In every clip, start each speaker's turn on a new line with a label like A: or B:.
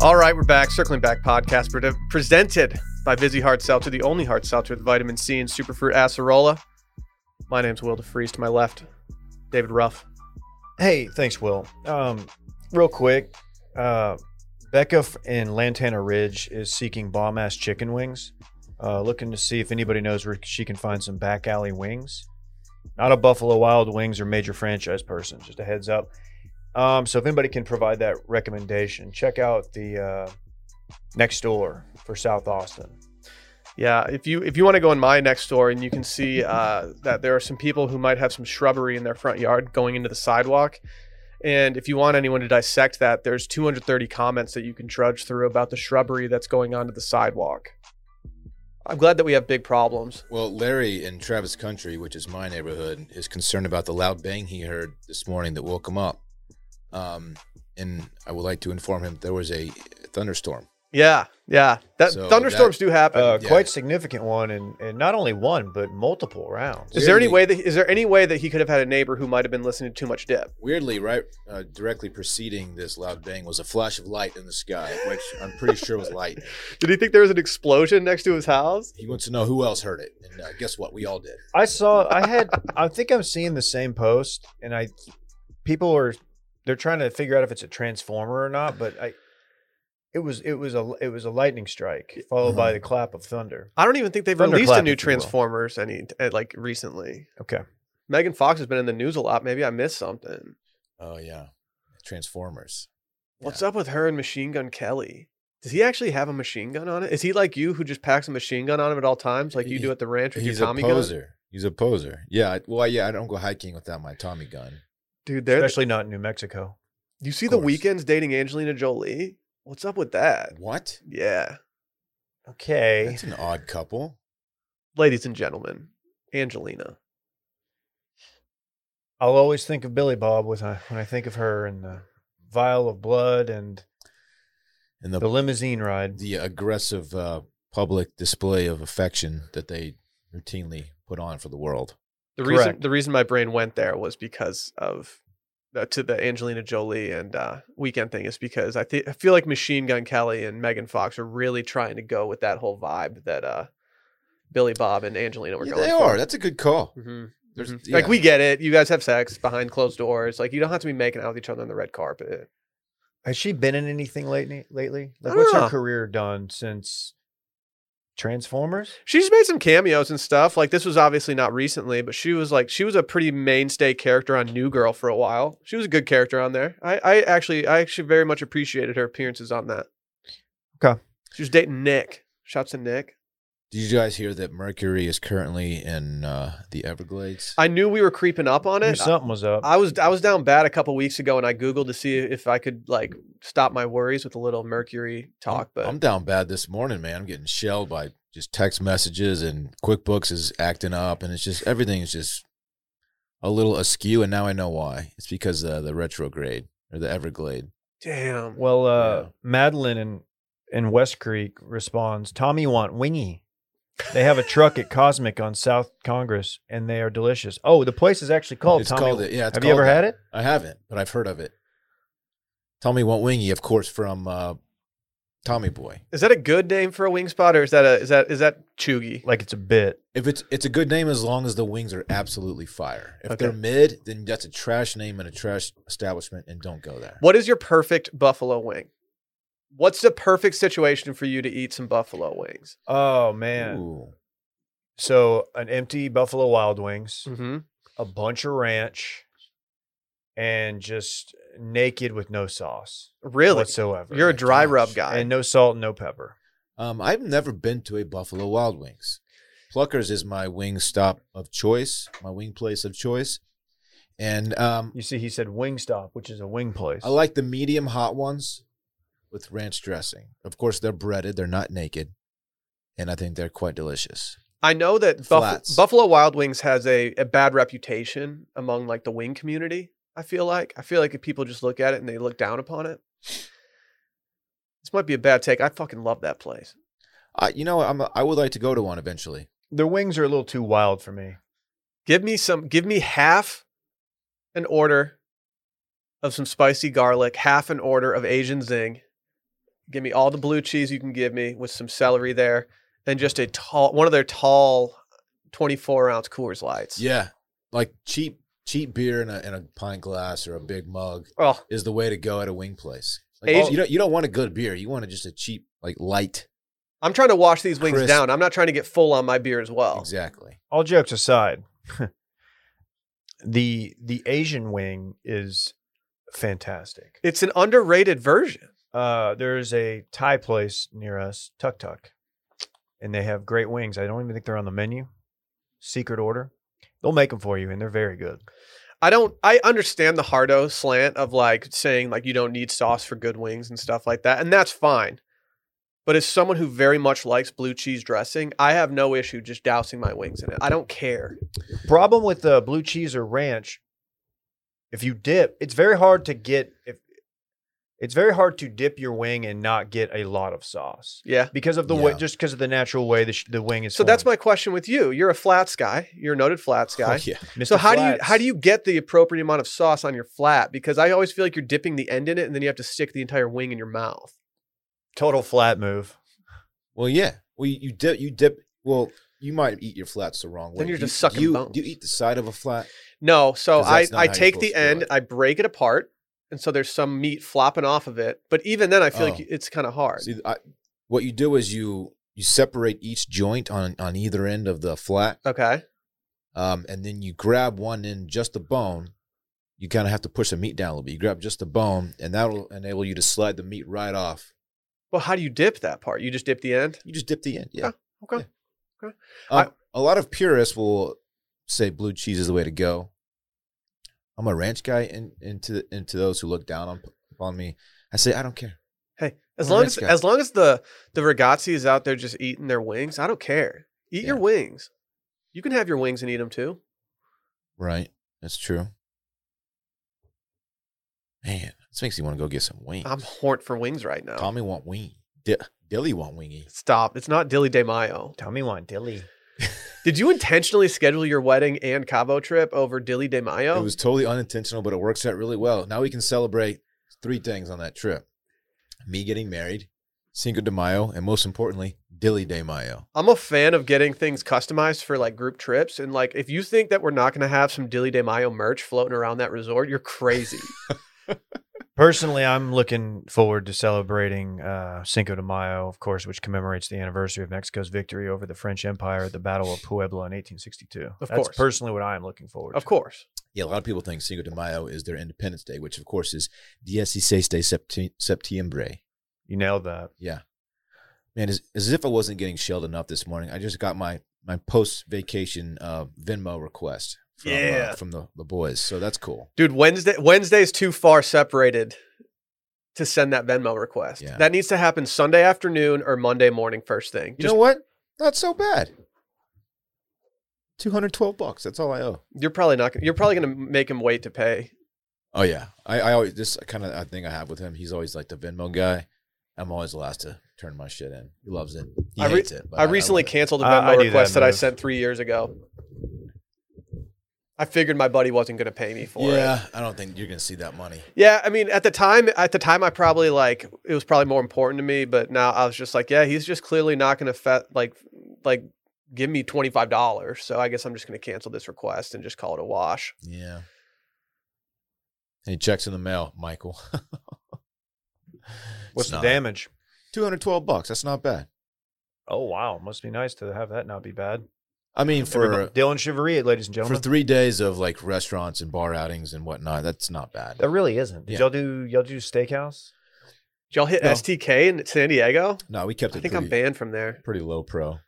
A: All right, we're back. Circling Back podcast pre- presented by Busy Heart Seltzer, the only heart seltzer with vitamin C and superfruit acerola. My name's Will DeFreeze. To my left, David Ruff.
B: Hey, thanks, Will. Um, real quick, uh, Becca f- in Lantana Ridge is seeking bomb ass chicken wings. Uh, looking to see if anybody knows where she can find some back alley wings. Not a Buffalo Wild Wings or major franchise person, just a heads up. Um, so if anybody can provide that recommendation, check out the uh, next door for South Austin.
A: Yeah, if you if you want to go in my next door and you can see uh, that there are some people who might have some shrubbery in their front yard going into the sidewalk, and if you want anyone to dissect that, there's 230 comments that you can trudge through about the shrubbery that's going onto the sidewalk. I'm glad that we have big problems.
C: Well, Larry in Travis Country, which is my neighborhood, is concerned about the loud bang he heard this morning that woke him up. Um, and I would like to inform him there was a thunderstorm.
A: Yeah, yeah. That
C: So
A: thunderstorms do happen.
B: Uh,
C: Yeah.
B: Quite significant one, and, and not only one, but multiple rounds.
A: is there any
C: weirdly-
A: way that is there any way that he could have had a neighbor who might have been listening to too much dip?
C: Weirdly, right uh, directly preceding this loud bang was a flash of light in the sky, which I'm pretty sure was light.
A: Did he think there was an explosion next to his house?
C: He wants to know who else heard it, and uh, guess what? We all did.
B: I saw. I had. I think I'm seeing the same post, and I people are they're trying to figure out if it's a transformer or not. But I, it was it was a it was a lightning strike followed
A: Mm-hmm.
B: by the clap of thunder.
A: I don't even think they've released a
B: Thunderclap,
A: new
B: if you will.
A: Transformers any uh, like recently.
B: Okay,
A: Megan Fox has been in the news a lot. Maybe I missed something.
C: Oh yeah, Transformers.
A: What's up with her and Machine Gun Kelly? Does he actually have a machine gun on it? Is he like you who just packs a machine gun on him at all times, like you do at the ranch with
C: He's
A: your
C: a
A: Tommy
C: poser.
A: gun?
C: He's a poser. Yeah. I- Well, yeah. I don't go hiking without my Tommy gun.
A: Dude, there.
B: especially not in New Mexico.
A: you see
C: of
A: the
C: course.
A: weekends dating Angelina Jolie? What's up with that?
C: What?
A: Yeah,
B: Okay,
C: That's an odd couple.
A: ladies and gentlemen, Angelina.
B: I'll always think of Billy Bob with I, when I think of her and the vial of blood and
C: And
B: the
C: the
B: limousine ride.
C: the aggressive uh, public display of affection that they routinely put on for the world.
A: The reason
B: Correct.
A: the reason my brain went there was because of uh, to the Angelina Jolie and uh, weekend thing is because I think I feel like Machine Gun Kelly and Megan Fox are really trying to go with that whole vibe that uh, Billy Bob and Angelina were
C: Yeah,
A: going.
C: they
A: for.
C: are. That's a good call.
A: hmm
C: There's,
A: Like
C: yeah.
A: we get it. You guys have sex behind closed doors. Like you don't have to be making out with each other on the red carpet.
B: Has she been in anything lately? Lately,
A: I
B: like
A: don't
B: what's
A: know.
B: her career done since Transformers?
A: She's made some cameos and stuff. Like this was obviously not recently, but she was like she was a pretty mainstay character on New Girl for a while. She was a good character on there. I, I actually I actually very much appreciated her appearances on that.
B: Okay.
A: She was dating Nick. Shouts to Nick.
C: Did you guys hear that Mercury is currently in uh, the Everglades?
A: I knew we were creeping up on
B: Knew
A: it. uh, I,
B: something was up.
A: I was I was down bad a couple weeks ago and I Googled to see if I could like stop my worries with a little Mercury talk, but
C: I'm down bad this morning, man. I'm getting shelled by just text messages and QuickBooks is acting up, and it's just everything is just a little askew. And now I know why. It's because uh, the retrograde or the Everglade.
A: damn.
B: Well, uh,
C: Yeah.
B: Madeline in, in West Creek responds Tommy want wingy. They have a truck at Cosmic on South Congress and they are delicious. Oh, the place is actually called
C: it's
B: Tommy.
C: called it. Yeah, it's
B: have you ever
C: called
B: had it?
C: I haven't, but I've heard of it. Tommy Want Wingy, of course, from uh, Tommy Boy.
A: Is that a good name for a wing spot, or is that a is that is that chuggy?
B: Like it's a bit.
C: If it's it's a good name as long as the wings are absolutely fire. If they're
A: Okay.
C: mid, then that's a trash name and a trash establishment, and don't go there.
A: What is your perfect buffalo wing? What's the perfect situation for you to eat some buffalo wings?
B: Oh, man.
C: Ooh.
B: So, an empty Buffalo Wild Wings,
C: Mm.
A: Mm-hmm.
B: a bunch of ranch, and just naked with no sauce
A: Really?
B: whatsoever.
A: You're a
C: my
A: dry rub
C: gosh.
A: guy.
B: and no salt, no pepper.
C: Um, I've never been to a Buffalo Wild Wings. Pluckers is my wing stop of choice, my wing place of choice, and um,
B: You see, he said Wingstop, which is a wing place.
C: I like the medium hot ones with ranch dressing. Of course, they're breaded; they're not naked, and I think they're quite delicious.
A: I know that Buff-
C: Flats.
A: Buffalo Wild Wings has a, a bad reputation among like the wing community. I feel like I feel like if people just look at it and they look down upon it. This might be a bad take. I fucking love that place.
C: I, you know, I'm, I would like to go to one eventually.
B: Their wings are a little too wild for me.
A: Give me some. Give me half an order of some spicy garlic, half an order of Asian zing, Give me all the blue cheese you can give me with some celery there, and just a tall one of their tall, twenty-four ounce Coors Lights.
C: Yeah, like cheap cheap beer in a in a pint glass or a big mug
A: Oh,
C: is the way to go at a wing place. Like, oh,
A: Asian-
C: you don't you don't want a good beer. You want a, just a cheap like light.
A: I'm trying to wash these wings
C: Crisp.
A: down. I'm not trying to get full on my beer as well.
C: Exactly.
B: all jokes aside, the the Asian wing is fantastic.
A: It's an underrated version.
B: Uh, there's a Thai place near us, Tuk Tuk, and they have great wings. I don't even think they're on the menu. Secret order. They'll make them for you, and they're very good.
A: I don't. I understand the hardo slant of like saying like you don't need sauce for good wings and stuff like that, and that's fine. But as someone who very much likes blue cheese dressing, I have no issue just dousing my wings in it. I don't care.
B: Problem with the blue cheese or ranch, if you dip, it's very hard to get if it's very hard to dip your wing and not get a lot of sauce
A: Yeah.
B: because of the way,
C: Yeah.
B: just because of the natural way the, sh- the wing is.
A: So that's
B: formed.
A: my question with you. You're a flats guy. You're a noted flats guy.
C: Oh, yeah.
A: So
B: Mr.
A: how do you
B: Flats.
A: how do you get the appropriate amount of sauce on your flat? Because I always feel like you're dipping the end in it, and then you have to stick the entire wing in your mouth.
B: total flat move?
C: Well, yeah. Well, you, you dip. You dip. Well, you might eat your flats the wrong way.
A: Then you're
C: You-
A: just sucking
C: you,
A: bones.
C: You eat the side of a flat.
A: No, so
C: 'Cause
A: I,
C: that's not how
A: I
C: you're
A: take the
C: supposed to do
A: end,
C: it.
A: I break it apart, and so there's some meat flopping off of it. But even then, I feel like
C: Oh.
A: it's kind of hard.
C: See, I, what you do is you you separate each joint on on either end of the flat,
A: okay,
C: um, and then you grab one end, just the bone. You kind of have to push the meat down a little bit. You grab just the bone, and that'll enable you to slide the meat right off.
A: well, how do you dip that part? You just dip the end.
C: You just dip the end. Yeah.
A: Okay,
C: Um, a lot of purists will say blue cheese is the way to go. I'm a ranch guy, and into into those who look down on, upon me, I say I don't care.
A: hey, as
C: Well,
A: long
C: that's
A: as
C: good.
A: as long as the the ragazzi is out there just eating their wings, I don't care. Eat your
C: Yeah.
A: wings. You can have your wings and eat them too.
C: Right. That's true. Man, this makes me want to go get some wings.
A: I'm horned for wings right now.
C: Tommy want wing. Di- Dilly want wingy.
A: Stop! It's not Dilly De Mayo.
B: Tell me one, Dilly.
A: Did you intentionally schedule your wedding and Cabo trip over Dilly De Mayo?
C: It was totally unintentional, but it works out really well. Now we can celebrate three things on that trip: me getting married, Cinco de Mayo, and most importantly, Dilly de Mayo.
A: I'm a fan of getting things customized for like group trips. And like, if you think that we're not going to have some Dilly De Mayo merch floating around that resort, you're crazy.
B: Personally, I'm looking forward to celebrating uh, Cinco de Mayo, of course, which commemorates the anniversary of Mexico's victory over the French Empire at the Battle of Puebla in 1862.
A: Of
B: That's
A: course.
B: personally what I am looking forward
A: of
B: to.
A: course.
C: Yeah, a lot of people think Cinco de Mayo is their Independence Day, which of course is E Dieciséis de Septi- Septiembre.
B: You nailed that.
C: Yeah. Man, as, as if I wasn't getting shelled enough this morning, I just got my my post vacation uh, Venmo request from,
A: Yeah.
C: uh, from the, the boys. So that's cool.
A: Dude, Wednesday Wednesday's too far separated to send that Venmo request.
C: Yeah.
A: That needs to happen Sunday afternoon or Monday morning first thing.
C: You
A: Just,
C: know what? Not so bad. 212 bucks. That's all I owe.
A: you're probably not gonna- you're probably going to make him wait to pay.
C: Oh yeah. I, I always this kind of I think I have with him. He's always like the Venmo guy. I'm always the last to turn my shit in. He loves it. He
A: I re-
C: hates it. but
A: I
C: love
A: recently
C: it.
A: canceled a
B: I-
A: Venmo
B: I do that
A: request that, I
B: move.
A: sent 3 years ago. I figured my buddy wasn't going to pay me for it.
C: Yeah, I don't think you're gonna see that money.
A: Yeah, I mean, at the time, at the time, I probably like it was probably more important to me, but now I was just like, yeah, he's just clearly not going to fe- like like give me twenty five dollars, so I guess I'm just going to cancel this request and just call it a wash.
C: Yeah. And he checks in the mail, Michael.
B: What's
C: It's
B: the
C: not-
B: damage?
C: 212 bucks. That's not bad.
B: Oh, wow. Must be nice to have that not be bad.
C: I mean,
B: Everybody-
C: for
B: Dylan Chevalier, ladies and
C: for
B: gentlemen.
C: three days of like restaurants and bar outings and whatnot, that's not bad.
B: that really isn't. Did
C: Yeah.
B: y'all do y'all do steakhouse?
A: Did y'all hit
B: No.
A: STK in San Diego?
C: No, we kept
A: I
C: it
A: think
C: pretty,
A: I'm banned from there.
C: pretty low pro.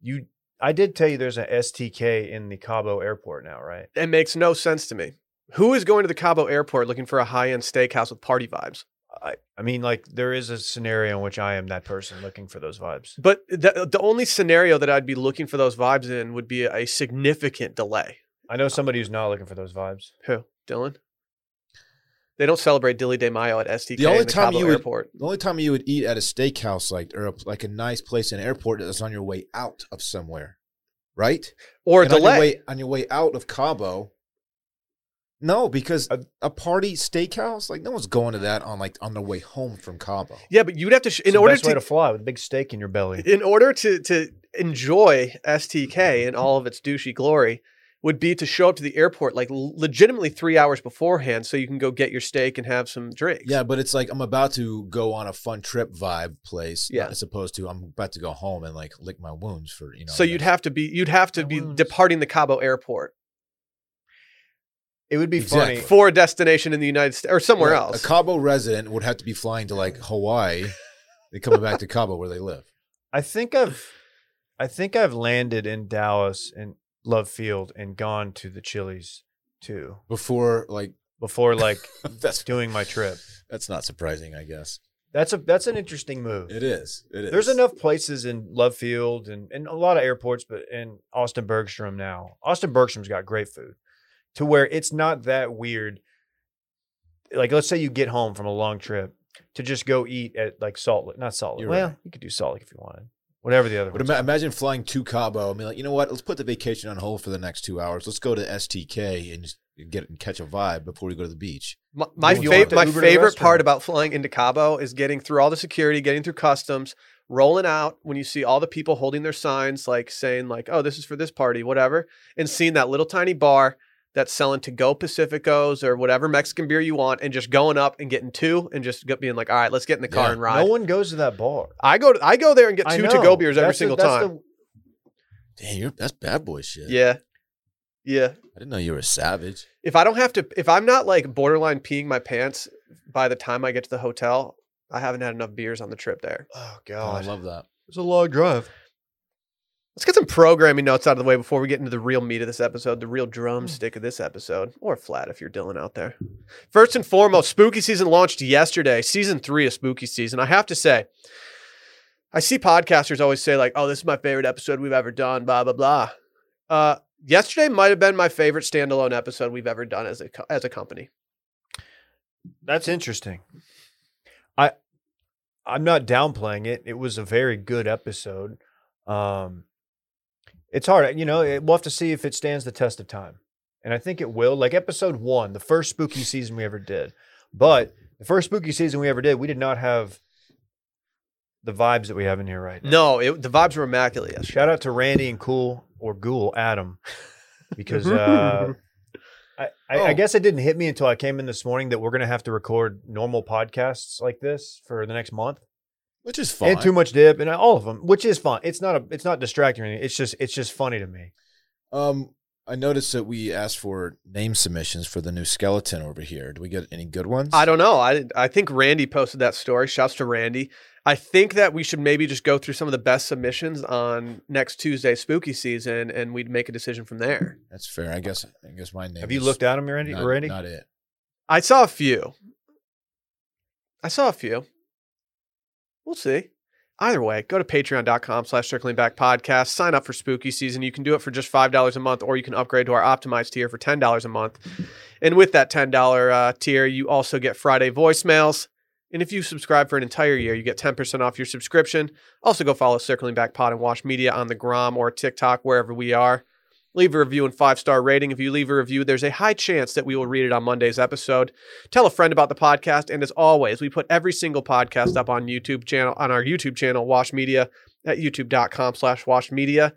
B: You I did tell you there's an STK in the Cabo airport now, right?
A: It makes no sense to me. Who is going to the Cabo airport looking for a high end steakhouse with party vibes?
B: I, I mean, like there is a scenario in which I am that person looking for those vibes.
A: But the, the only scenario that I'd be looking for those vibes in would be a significant delay.
B: I know somebody who's not looking for those vibes.
A: Who? Dylan? They don't celebrate Dilly De Mayo at STK
C: The only
A: in the
C: time
A: Cabo
C: you would-
A: airport.
C: The only time you would eat at a steakhouse, like or a, like a nice place in an airport, that's on your way out of somewhere, right?
A: Or
C: And on your
A: delay.
C: way on your way out of Cabo, No, because
A: Uh,
B: A-
C: a, a party steakhouse, like no one's going to that on like on their way home from Cabo.
A: Yeah, but you'd have to sh-
B: It's
A: in
B: the
A: order
B: best way
A: to,
B: to fly with a big steak in your belly.
A: in order to to enjoy STK in all of its douchey glory would be to show up to the airport like l- legitimately 3 hours beforehand so you can go get your steak and have some drinks.
C: Yeah, but it's like I'm about to go on a fun trip vibe place.
A: Yeah.
C: As opposed to I'm about to go home and like lick my wounds for, you know.
A: so you'd have to be you'd have to
B: My
A: be
B: wounds.
A: departing the Cabo airport
B: It would be
C: Exactly.
B: funny.
A: for a destination in the United States or somewhere
C: Right,
A: else.
C: A Cabo resident would have to be flying to like Hawaii. they coming back to Cabo where they live.
B: I think I've, I think I've landed in Dallas and Love Field and gone to the Chili's too
C: Before like
B: before like
C: that's
B: doing my trip.
C: that's not surprising, I guess.
B: That's a that's an interesting move.
C: It is. It is.
B: There's enough places in Love Field and, and a lot of airports, but in Austin Bergstrom now. Austin Bergstrom's got great food to where it's not that weird. Like, let's say you get home from a long trip to just go eat at like Salt Lake, not Salt Lake.
C: You're
B: well,
C: right.
B: you could do Salt Lake if you wanted, whatever the other
C: But
B: one.
C: ima- imagine flying to Cabo. I mean, like, you know what? Let's put the vacation on hold for the next two hours. Let's go to STK and just get and catch a vibe before we go to the beach.
A: My, my,
C: Moving
A: fa-
C: on.
A: my
B: Uber to the
A: favorite
B: restaurant.
A: part about flying into Cabo is getting through all the security, getting through customs, rolling out when you see all the people holding their signs, like saying like, "Oh, this is for this party," whatever, and seeing that little tiny bar that's selling to go Pacificos or whatever Mexican beer you want, and just going up and getting two, and just go- being like, "All right, let's get in the car
C: Yeah.
A: and ride."
B: No one goes to that bar.
A: I go to, I go there and get
B: I
A: two
B: know.
A: to go beers every
B: That's the-
A: single
B: that's
A: time.
B: the- oh,
C: Damn, you're that's bad boy shit.
A: yeah, yeah.
C: I didn't know you were a savage.
A: if I don't have to, if I'm not like borderline peeing my pants by the time I get to the hotel, I haven't had enough beers on the trip there.
B: oh
C: Oh, I
B: god,
C: love that.
B: it's a long drive.
A: Let's get some programming notes out of the way before we get into the real meat of this episode, the real drumstick of this episode, or flat if you're Dylan out there. First and foremost, spooky season launched yesterday, season three of spooky season. I have to say, I see podcasters always say, like, oh, this is my favorite episode we've ever done, blah, blah, blah. Uh, yesterday might have been my favorite standalone episode we've ever done as a, co- as a company.
B: That's interesting. I I'm not downplaying it. It was a very good episode. Um it's hard, you know, it, we'll have to see if it stands the test of time. And I think it will. Like episode 1, the first spooky season we ever did. But the first spooky season we ever did, we did not have the vibes that we have in here right now.
A: No, it, the vibes were immaculate yesterday.
B: Shout out to Randy and Cool or Ghoul Adam because uh, I, I, I
C: Oh.
B: guess it didn't hit me until I came in this morning that we're going to have to record normal podcasts like this for the next month
C: Which is fine.
B: and too much dip and all of them, which is fun. It's not a it's not distracting or anything. It's just it's just funny to me.
C: um, I noticed that we asked for name submissions for the new skeleton over here. Do we get any good ones?
A: I don't know. I I think Randy posted that story. Shouts to Randy. I think that we should maybe just go through some of the best submissions on next Tuesday spooky season and we'd make a decision from there.
C: That's fair. I guess. I guess my name.
B: Have you
C: is
B: looked at him, Randy?
C: Not,
B: Randy?
C: not it.
A: I saw a few. I saw a few. We'll see. Either way, go to patreon.com slash circling back podcast. Sign up for spooky season. You can do it for just $5 a month, or you can upgrade to our optimized tier for $10 a month. And with that $10 uh, tier, you also get Friday voicemails. And if you subscribe for an entire year, you get 10% off your subscription. Also, go follow Circling Back Pod and Watch Media on the Grom or TikTok, wherever we are. Leave a review and five star rating. If you leave a review, there's a high chance that we will read it on Monday's episode. Tell a friend about the podcast. And as always, we put every single podcast up on YouTube channel on our YouTube channel, Wash Media, at youtube.com slash wash media.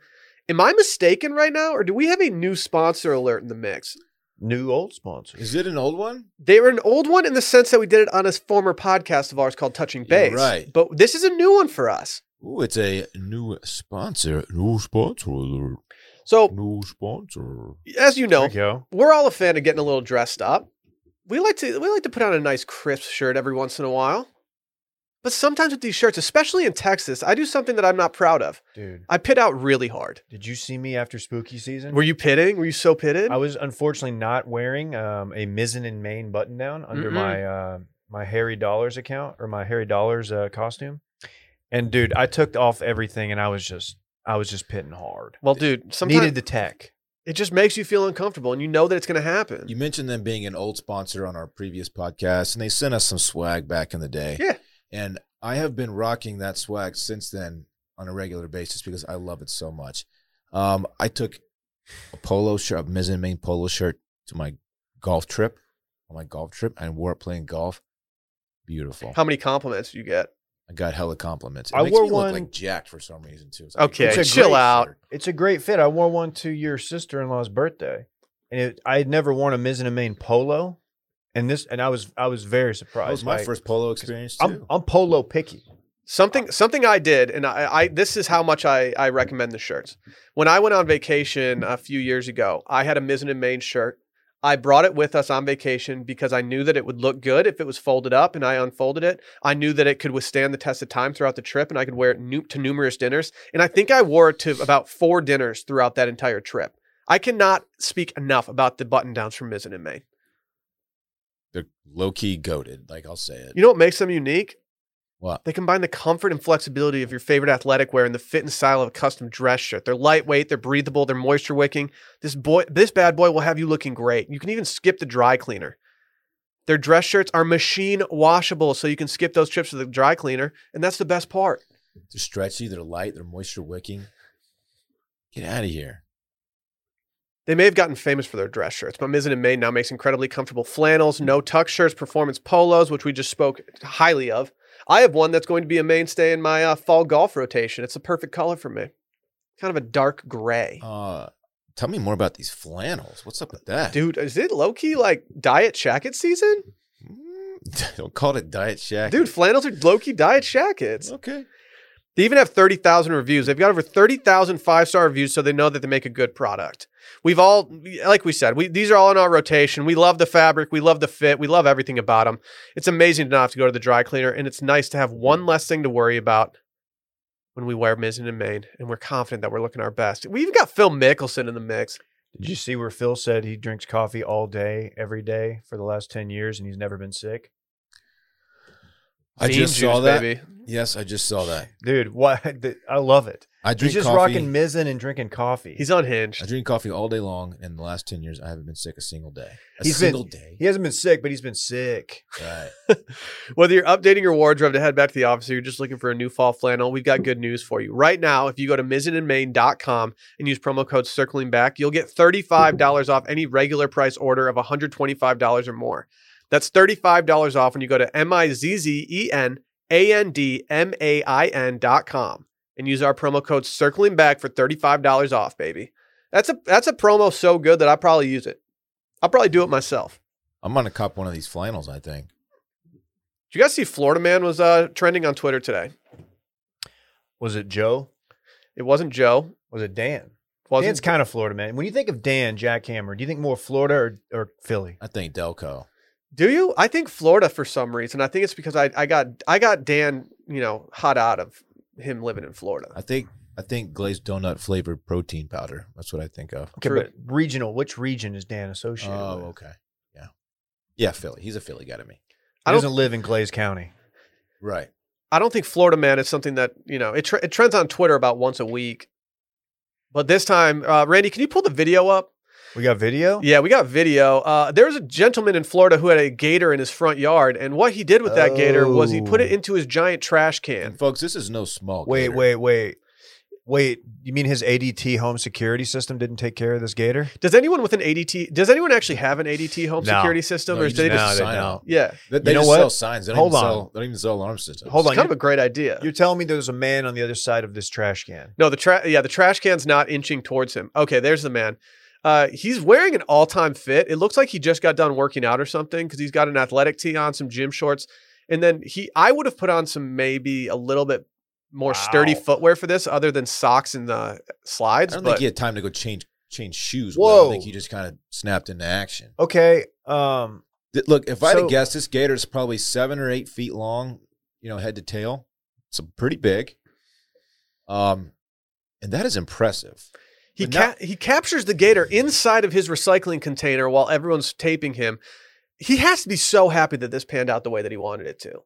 A: Am I mistaken right now, or do we have a new sponsor alert in the mix?
B: New old sponsor.
C: Is it an old one?
A: They were an old one in the sense that we did it on a former podcast of ours called Touching
C: You're
A: Base.
C: right.
A: But this is a new one for us.
C: Ooh, it's a new sponsor. New sponsor. alert.
A: So,
C: New sponsor.
A: as you
B: There
A: know,
B: we go.
A: we're all a fan of getting a little dressed up. We like to we like to put on a nice crisp shirt every once in a while. But sometimes with these shirts, especially in Texas, I do something that I'm not proud of.
B: Dude,
A: I pit out really hard.
B: did you see me after spooky season?
A: Were you pitting? Were you so pitted?
B: I was unfortunately not wearing um, a mizzen and main button down under
A: Mm-mm.
B: my uh, my Harry Dollars account or my Harry Dollars uh, costume. And dude, I took off everything and I was just I was just pitting hard.
A: well, dude, sometimes
B: Needed the tech.
A: it just makes you feel uncomfortable, and you know that it's going to happen.
C: You mentioned them being an old sponsor on our previous podcast, and they sent us some swag back in the day.
A: Yeah.
C: And I have been rocking that swag since then on a regular basis because I love it so much. Um, I took a polo shirt, a mizzen main polo shirt to my golf trip, on my golf trip, and wore it playing golf. Beautiful.
A: How many compliments do you get?
C: I got hella compliments. It
B: I
C: makes
B: wore
C: me
B: one-
C: look like jacked for some reason too. It's like,
A: Okay,
C: it's a
B: chill
C: great
A: out.
C: shirt.
B: It's a great fit. I wore one to your sister in law's birthday, and it, I had never worn a Mizzen and Main polo, and this, and I was I was very surprised.
C: That was my
B: like,
C: first polo experience too.
B: I'm, I'm polo picky.
A: Something something I did, and I, I this is how much I, I recommend the shirts. When I went on vacation a few years ago, I had a Mizzen and Main shirt. I brought it with us on vacation because I knew that it would look good if it was folded up, and I unfolded it. I knew that it could withstand the test of time throughout the trip, and I could wear it nu- to numerous dinners. And I think I wore it to about four dinners throughout that entire trip. I cannot speak enough about the button downs from Mizzen and Main.
C: They're low key goaded. Like I'll say it.
A: You know what makes them unique?
C: what?
A: They combine the comfort and flexibility of your favorite athletic wear and the fit and style of a custom dress shirt. They're lightweight, they're breathable, they're moisture wicking. This boy, this bad boy will have you looking great. You can even skip the dry cleaner. Their dress shirts are machine washable, so you can skip those trips to the dry cleaner, and that's the best part.
C: They're stretchy. They're light. They're moisture wicking. Get out of here.
A: They may have gotten famous for their dress shirts, but Mizzen and Maid now makes incredibly comfortable flannels, no tuck shirts, performance polos, which we just spoke highly of. I have one that's going to be a mainstay in my uh, fall golf rotation. It's the perfect color for me. Kind of a dark gray.
C: Uh, tell me more about these flannels. What's up with that?
A: Dude, is it low key like diet jacket season?
C: Mm, Don't call it diet shack.
A: Dude, flannels are low key diet jackets.
C: okay.
A: They even have 30,000 reviews. They've got over 30,000 five star reviews, so they know that they make a good product. We've all, like we said, we, these are all in our rotation. We love the fabric, we love the fit, we love everything about them. It's amazing to not have to go to the dry cleaner, and it's nice to have one less thing to worry about when we wear Mizzen and Maine, and we're confident that we're looking our best. We even got Phil Mickelson in the mix.
B: Did you see where Phil said he drinks coffee all day, every day for the last ten years, and he's never been sick?
C: I
A: Bean
C: just saw
A: juice,
C: that.
A: baby.
C: Yes, I just saw that.
B: Dude, what? I love it.
C: I drink
B: He's just
C: coffee.
B: rocking Mizzen and drinking coffee.
A: He's unhinged.
C: I drink coffee all day long. In the last ten years, I haven't been sick a single day. A
B: He's been-
C: single day.
B: he hasn't been sick, but he's been sick.
C: Right.
A: Whether you're updating your wardrobe to head back to the office or you're just looking for a new fall flannel, we've got good news for you. Right now, if you go to mizzenandmain.com and use promo code circling back, you'll get $35 off any regular price order of $125 or more. That's $35 off when you go to M I Z Z E N A N D M A I N dot com and use our promo code circling back for $35 off, baby. That's a that's a promo so good that I probably use it. I'll probably do it myself.
C: I'm gonna cop one of these flannels. I think.
A: Did you guys see Florida Man was uh, trending on Twitter today?
B: Was it Joe?
A: It wasn't Joe.
B: Was it Dan?
A: Wasn't
B: Dan's kind of Florida man. When you think of Dan Jackhammer, do you think more Florida or, or Philly?
C: I think Delco.
A: do you? I think Florida for some reason. I think it's because I, I got I got Dan, you know, hot out of him living in Florida.
C: I think. I think glazed donut flavored protein powder. That's what I think of.
B: Okay,
A: True.
B: but regional. Which region is Dan associated
C: Oh,
B: with?
C: okay. Yeah. Yeah, Philly. He's a Philly guy to me.
A: I
B: He
A: don't-
B: doesn't live in Glaze County.
C: Right.
A: I don't think Florida man is something that you know it, tr it trends on Twitter about once a week. But this time, uh, Randy, can you pull the video up?
B: We got video.
A: Yeah, we got video. Uh, there was a gentleman in Florida who had a gator in his front yard, and what he did with that gator was he put it
B: Oh.
A: into his giant trash can.
C: And folks, this is no small.
B: Wait,
C: gator.
B: wait, wait, wait. You mean his ADT home security system didn't take care of this gator?
A: Does anyone with an ADT? Does anyone actually have an ADT home
B: No.
A: security system,
C: No,
A: or
C: you
A: do they
C: just-
A: just?
C: no, sign out.
A: Yeah,
C: They, they
B: You know
C: just
B: what?
C: sell signs. They don't
B: Hold
C: even
B: on.
C: Sell, they don't even sell alarm systems.
B: Hold
A: it's
B: on,
A: kind
B: you-
A: of a great idea.
B: You're telling me there was a man on the other side of this trash can.
A: No, the trash. Yeah, the trash can's not inching towards him. Okay, there's the man. Uh, he's wearing an all-time fit. It looks like he just got done working out or something because he's got an athletic tee on, some gym shorts, and then he. I would have put on some maybe a little bit more sturdy
B: Wow.
A: footwear for this, other than socks and the
C: I
A: slides.
C: don't
A: But
C: think he had time to go change change shoes. Will. I think
B: Whoa.
C: he just kind of snapped into action.
B: Okay. Um.
C: Th- Look, if I'd
B: So-
C: have guessed, this gator's probably seven or eight feet long. You know, head to tail. It's a pretty big. Um, and that is impressive.
A: he
C: but now-
A: ca- he captures the gator inside of his recycling container while everyone's taping him. He has to be so happy that this panned out the way that he wanted it to.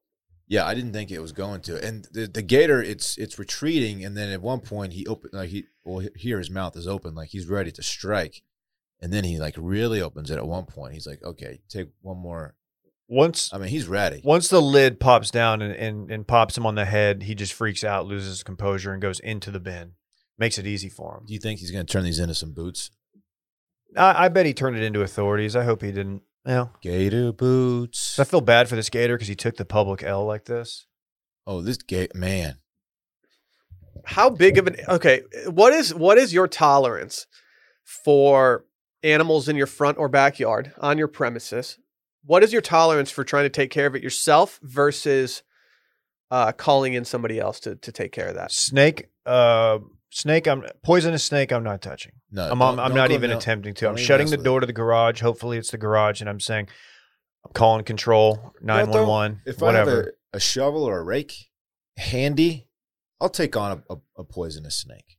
C: Yeah, I didn't think it was going to. And the, the gator, it's it's retreating, and then at one point he open like he well he- here his mouth is open like he's ready to strike, and then he like really opens it at one point. He's like, okay, take one more.
B: Once
C: I mean, he's ready.
B: once the lid pops down and, and and pops him on the head, he just freaks out, loses his composure, and goes into the bin. Makes it easy for him.
C: Do you think he's going to turn these into some boots?
B: I, I bet he turned it into authorities. I hope he didn't. Yeah.
C: Gator boots.
B: I feel bad for this gator because he took the public L like this.
C: Oh, this gate man.
A: How big of an okay? What is what is your tolerance for animals in your front or backyard on your premises? What is your tolerance for trying to take care of it yourself versus uh, calling in somebody else to to take care of that?
B: Snake, uh, snake. I'm poisonous snake. I'm not touching.
C: No,
B: I'm,
C: Uh,
B: I'm,
C: don't-
B: I'm
C: don't
B: not
C: go
B: even
C: no-
B: attempting to.
C: don't
B: I'm
C: even
B: shutting
C: mess
B: the
C: with
B: door to the garage. Hopefully, it's the garage, and I'm saying, I'm calling control nine one one.
C: If I have
B: Whatever.
C: a, a shovel or a rake handy, I'll take on a, a, a poisonous snake.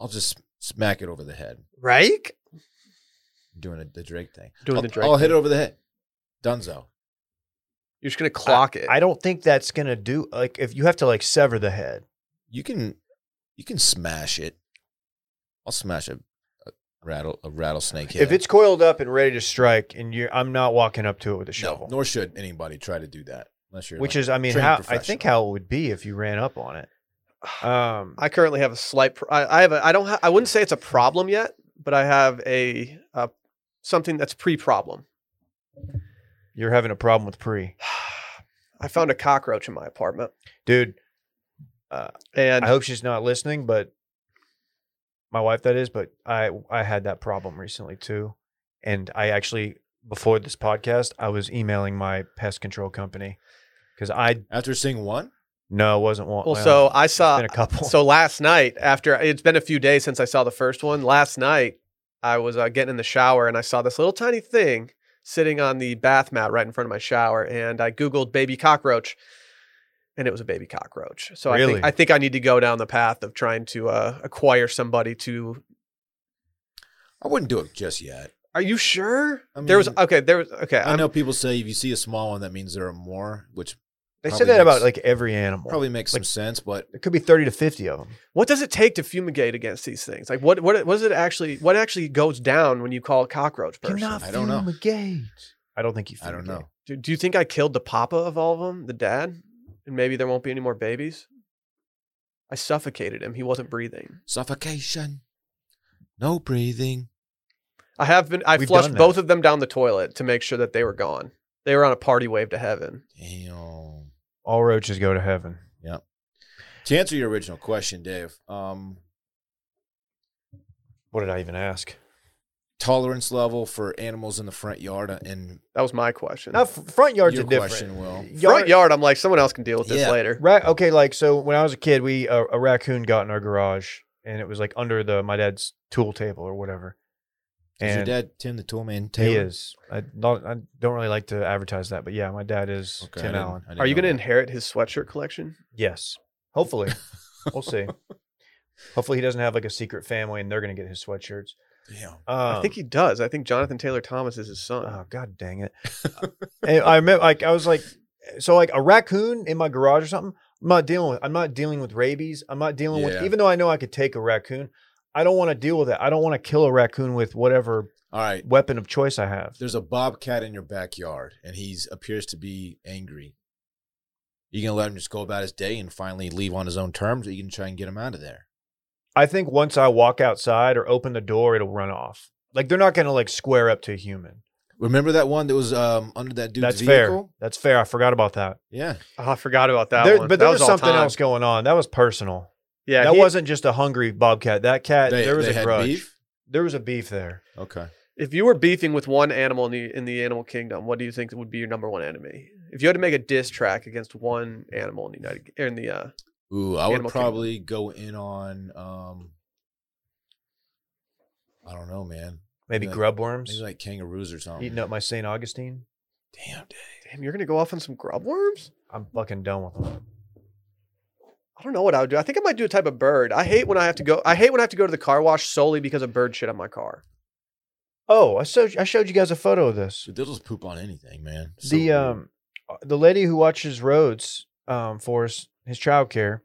C: I'll just smack it over the head.
A: Right?
C: I'm doing a, the Drake thing.
A: Doing
C: I'll,
A: the Drake
C: I'll hit
A: thing.
C: it over the head. Dunzo.
A: You're just gonna clock it.
B: I don't think that's gonna do. Like, if you have to like sever the head,
C: You can you can smash it. I'll smash a, a rattle a rattlesnake head.
B: if it's coiled up and ready to strike, and you, are I'm not walking up to it with a
C: no,
B: shovel.
C: nor should anybody try to do that unless you're
B: which
C: like-
B: is, I mean,
C: trained
B: how I think how it would be if you ran up on it. Um,
A: I currently have a slight. Pro- I, I have a. I don't. Ha- I wouldn't say it's a problem yet, but I have a, uh something that's pre-problem.
B: you're having a problem with pre,
A: I found a cockroach in my apartment,
B: dude.
A: and
B: I hope she's not listening, but my wife that is, but I I had that problem recently too. And I actually before this podcast, I was emailing my pest control company cuz I
C: after seeing one,
B: no, it wasn't one.
A: well, so I
B: it's
A: saw.
B: been a couple.
A: So last night, after it's been a few days since I saw the first one. Last night, I was uh, getting in the shower and I saw this little tiny thing sitting on the bath mat right in front of my shower, and I googled baby cockroach, and it was a baby cockroach. So I
B: Really?
A: think I think I need to go down the path of trying to uh, acquire somebody to
C: I wouldn't do it just yet.
A: Are you sure?
C: I
A: there was
C: mean-
A: okay. There was okay. um,
C: I
A: I'm-
C: know people say if you see a small one, that means there are more, which
B: they
C: probably
B: said that about
C: makes-
B: like every animal.
C: probably makes some
B: Like-
C: sense. But
B: There could be 30 to 50 of them.
A: What does it take to fumigate against these things? Like what what what does it actually what actually goes down when you call a cockroach person?
C: I don't know.
B: I don't think you
C: I don't
B: fumigate.
C: know.
A: do, do you think I killed the papa of all of them, the dad, and maybe there won't be any more babies? I suffocated him. He wasn't breathing.
C: Suffocation, no breathing.
A: I have been. I
B: We've done
A: flushed
B: that.
A: both of them down the toilet to make sure that they were gone. They were on a party wave to heaven.
C: Damn.
B: All roaches go to heaven.
C: To answer your original question, Dave, um,
B: What did I even ask?
C: tolerance level for animals in the front yard uh, and
A: That was my question.
B: Now, f- front yards
C: Your
B: are different.
C: question, Will.
A: Front yard. I'm like someone else can deal with this
C: Yeah.
A: later.
B: Ra- okay, like so when I was a kid, we a, a raccoon got in our garage and it was like under the my dad's tool table or whatever.
C: is your
B: And
C: dad Tim the Toolman Taylor?
B: he is. I don't, I don't really like to advertise that, but yeah, my dad is
C: Okay, I
B: Tim
C: didn't-
B: Allen.
C: I didn't
A: Are you
C: know
A: going to
C: that.
A: inherit his sweatshirt collection?
B: Yes. Hopefully. we'll see. Hopefully he doesn't have like a secret family and they're going to get his sweatshirts. Um,
C: Damn.
A: I think he does. I think Jonathan Taylor Thomas is his son.
B: Oh god dang it! Uh, and I remember, like, I was like, so like a raccoon in my garage or something. I'm not dealing with. I'm not dealing with rabies. I'm not dealing with.
C: Yeah.
B: Even though I know I could take a raccoon, I don't want to deal with it. I don't want to kill a raccoon with whatever
C: All right.
B: weapon of choice I have.
C: There's a bobcat in your backyard, and he's appears to be angry. You gonna let him just go about his day and finally leave on his own terms, or you can try and get him out of there?
B: I think once I walk outside or open the door, it'll run off. Like they're not gonna like square up to a human.
C: Remember that one that was um, under that dude's
B: That's fair.
C: vehicle?
B: That's fair. I forgot about that.
C: Yeah.
A: Oh, I forgot about that
B: There-
A: one.
B: but there
A: that
B: was,
A: all
B: something
A: time.
B: else going on. That was personal.
A: Yeah,
B: that
A: he-
B: wasn't just a hungry bobcat. That cat.
C: They-
B: Uh, there was
C: they
B: a
C: had
B: grudge.
C: beef?
B: There was a beef there.
C: Okay.
A: If you were beefing with one animal in the in the animal kingdom, what do you think would be your number one enemy? If you had to make a diss track against one animal in the United or in the uh,
C: Ooh, I would
A: Animal Kingdom.
C: probably go in on um I don't know, man.
B: Maybe
C: Yeah.
B: grub worms.
C: Maybe like oh, kangaroos or something.
B: Eating up my St. Augustine.
C: Damn, dude.
A: damn, you're gonna go off on some grub worms.
B: I'm fucking done with them.
A: I don't know what I would do. I think I might do a type of bird. I hate when I have to go. I hate when I have to go to the car wash solely because of bird shit on my car.
B: Oh, I showed I showed you guys a photo of this.
C: Dude, they'll just poop on anything, man. So
B: the
C: weird.
B: um the lady who watches roads um for us, his childcare,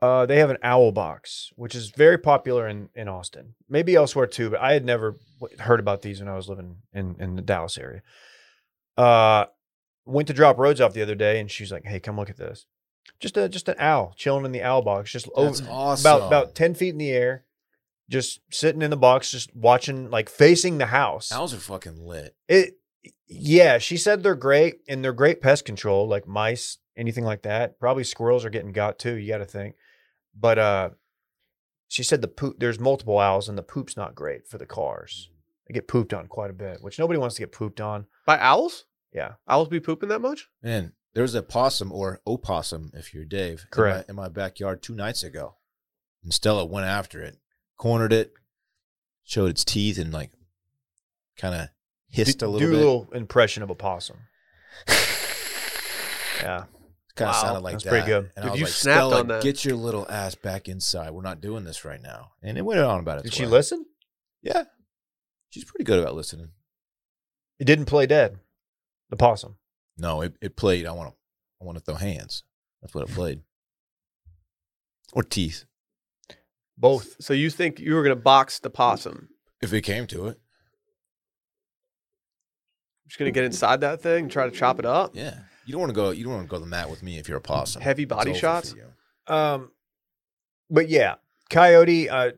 B: uh they have an owl box, which is very popular in in Austin. Maybe elsewhere too, but I had never w- heard about these when I was living in in the Dallas area. Uh went to drop roads off the other day and she's like, "Hey, come look at this." Just a just an owl chilling in the owl box, just over,
C: That's awesome.
B: about about 10 feet in the air just sitting in the box just watching like facing the house
C: owls are fucking lit.
B: it yeah, she said they're great and they're great pest control, like mice, anything like that. Probably squirrels are getting got too. You got to think, but uh, she said the poop. There's multiple owls and the poop's not great for the cars. They get pooped on quite a bit, which nobody wants to get pooped on.
A: By owls?
B: Yeah.
A: Owls be pooping that much?
C: Man, there was a possum or opossum, if you're Dave, in my-
B: Correct.
C: in my, backyard two nights ago. And Stella went after it, cornered it, showed its teeth, and like kind of hissed
B: do,
C: a little
B: do
C: bit.
B: little impression of a possum. yeah,
C: kind of
A: Wow.
C: sounded like
B: That's
C: that.
B: pretty good.
C: And
A: Dude,
C: I was
A: you
C: like,
A: snapped
C: Stella,
A: on that.
C: get your little ass back inside. We're not doing this right now. And it went on about it.
B: did she
C: way.
B: listen?
C: Yeah. She's pretty good about listening.
B: It didn't play dead. The possum.
C: No, it, it played. I want to I want to throw hands. That's what it played. Or teeth,
B: Both.
A: So you think you were going to box the possum?
C: if it came to it.
A: Just going to get inside that thing, try to chop it up?
C: Yeah, you don't want to go. You don't want to go to the mat with me if you're a possum.
A: Heavy
C: It's
A: body
C: over
A: shots?
C: for you.
B: Um, but yeah, coyote. Uh,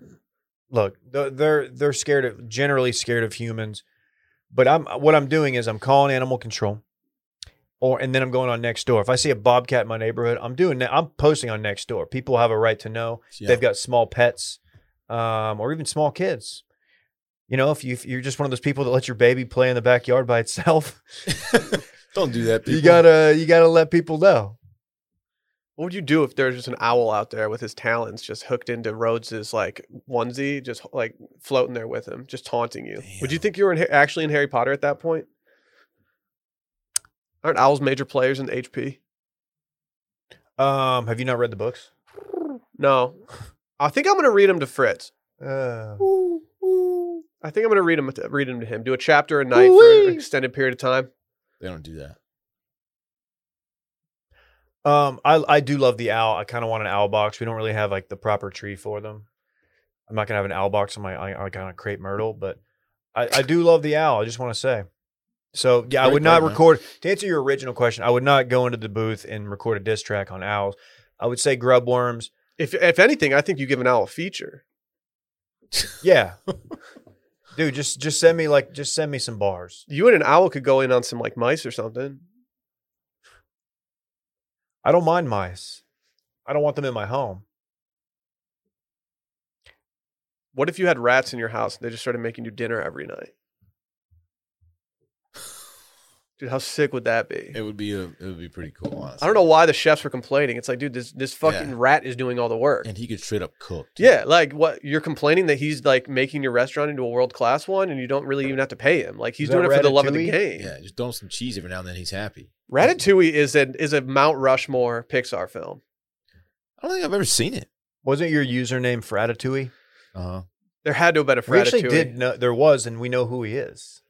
B: look, th- they're they're scared of generally scared of humans. But I'm what I'm doing is I'm calling animal control, or and then I'm going on next door. If I see a bobcat in my neighborhood, I'm doing that. I'm posting on next door. People have a right to know
C: Yeah.
B: they've got small pets, um, or even small kids. You know, if you if you're just one of those people that let your baby play in the backyard by itself,
C: don't do that. People.
B: you gotta you gotta let people know.
A: What would you do if there's just an owl out there with his talons just hooked into Rhodes's like onesie, just like floating there with him, just taunting you? Would you
C: Damn.
A: think you were in, Ha- actually in Harry Potter at that point? Aren't owls major players in HP?
B: Um, have you not read the books?
A: No, I think I'm going to read them to Fritz.
B: Uh,
A: I think I'm going to read them. Read them to him. Do a chapter a night for an
B: Ooh-wee.
A: extended period of time.
C: They don't do that.
B: Um, I I do love the owl. I kind of want an owl box. We don't really have like the proper tree for them. I'm not gonna have an owl box on my I, I kind of crepe myrtle, but I, I do love the owl. I just want to say. So yeah, I
C: Great
B: would not
C: bird, man.
B: record. To answer your original question, I would not go into the booth and record a diss track on owls. I would say grub worms.
A: If if anything, I think you give an owl a feature.
B: Yeah, dude, just just send me like just send me some bars.
A: You and an owl could go in on some like mice or something.
B: I don't mind mice. I don't want them in my home.
A: What if you had rats in your house and they just started making you dinner every night? Dude, how sick would that be?
C: It would be a. It would be pretty cool. Honestly.
A: I don't know why the chefs were complaining. It's like, dude, this this fucking
C: Yeah.
A: rat is doing all the work.
C: And he could straight up cook. too.
A: yeah, like what you're complaining that he's like making your restaurant into a world class one, and you don't really even have to pay him. Like he's
B: that
A: doing it for the love of the
B: Ratatouille?
A: game.
C: Yeah, just throw him some cheese every now and then. He's happy.
A: Ratatouille is a is a Mount Rushmore Pixar film.
C: I don't think I've ever seen it.
B: Wasn't your username Fratatouille?
C: Uh huh.
A: There had to have been a
B: We
A: Ratatouille.
B: actually did know there was, and we know who he is.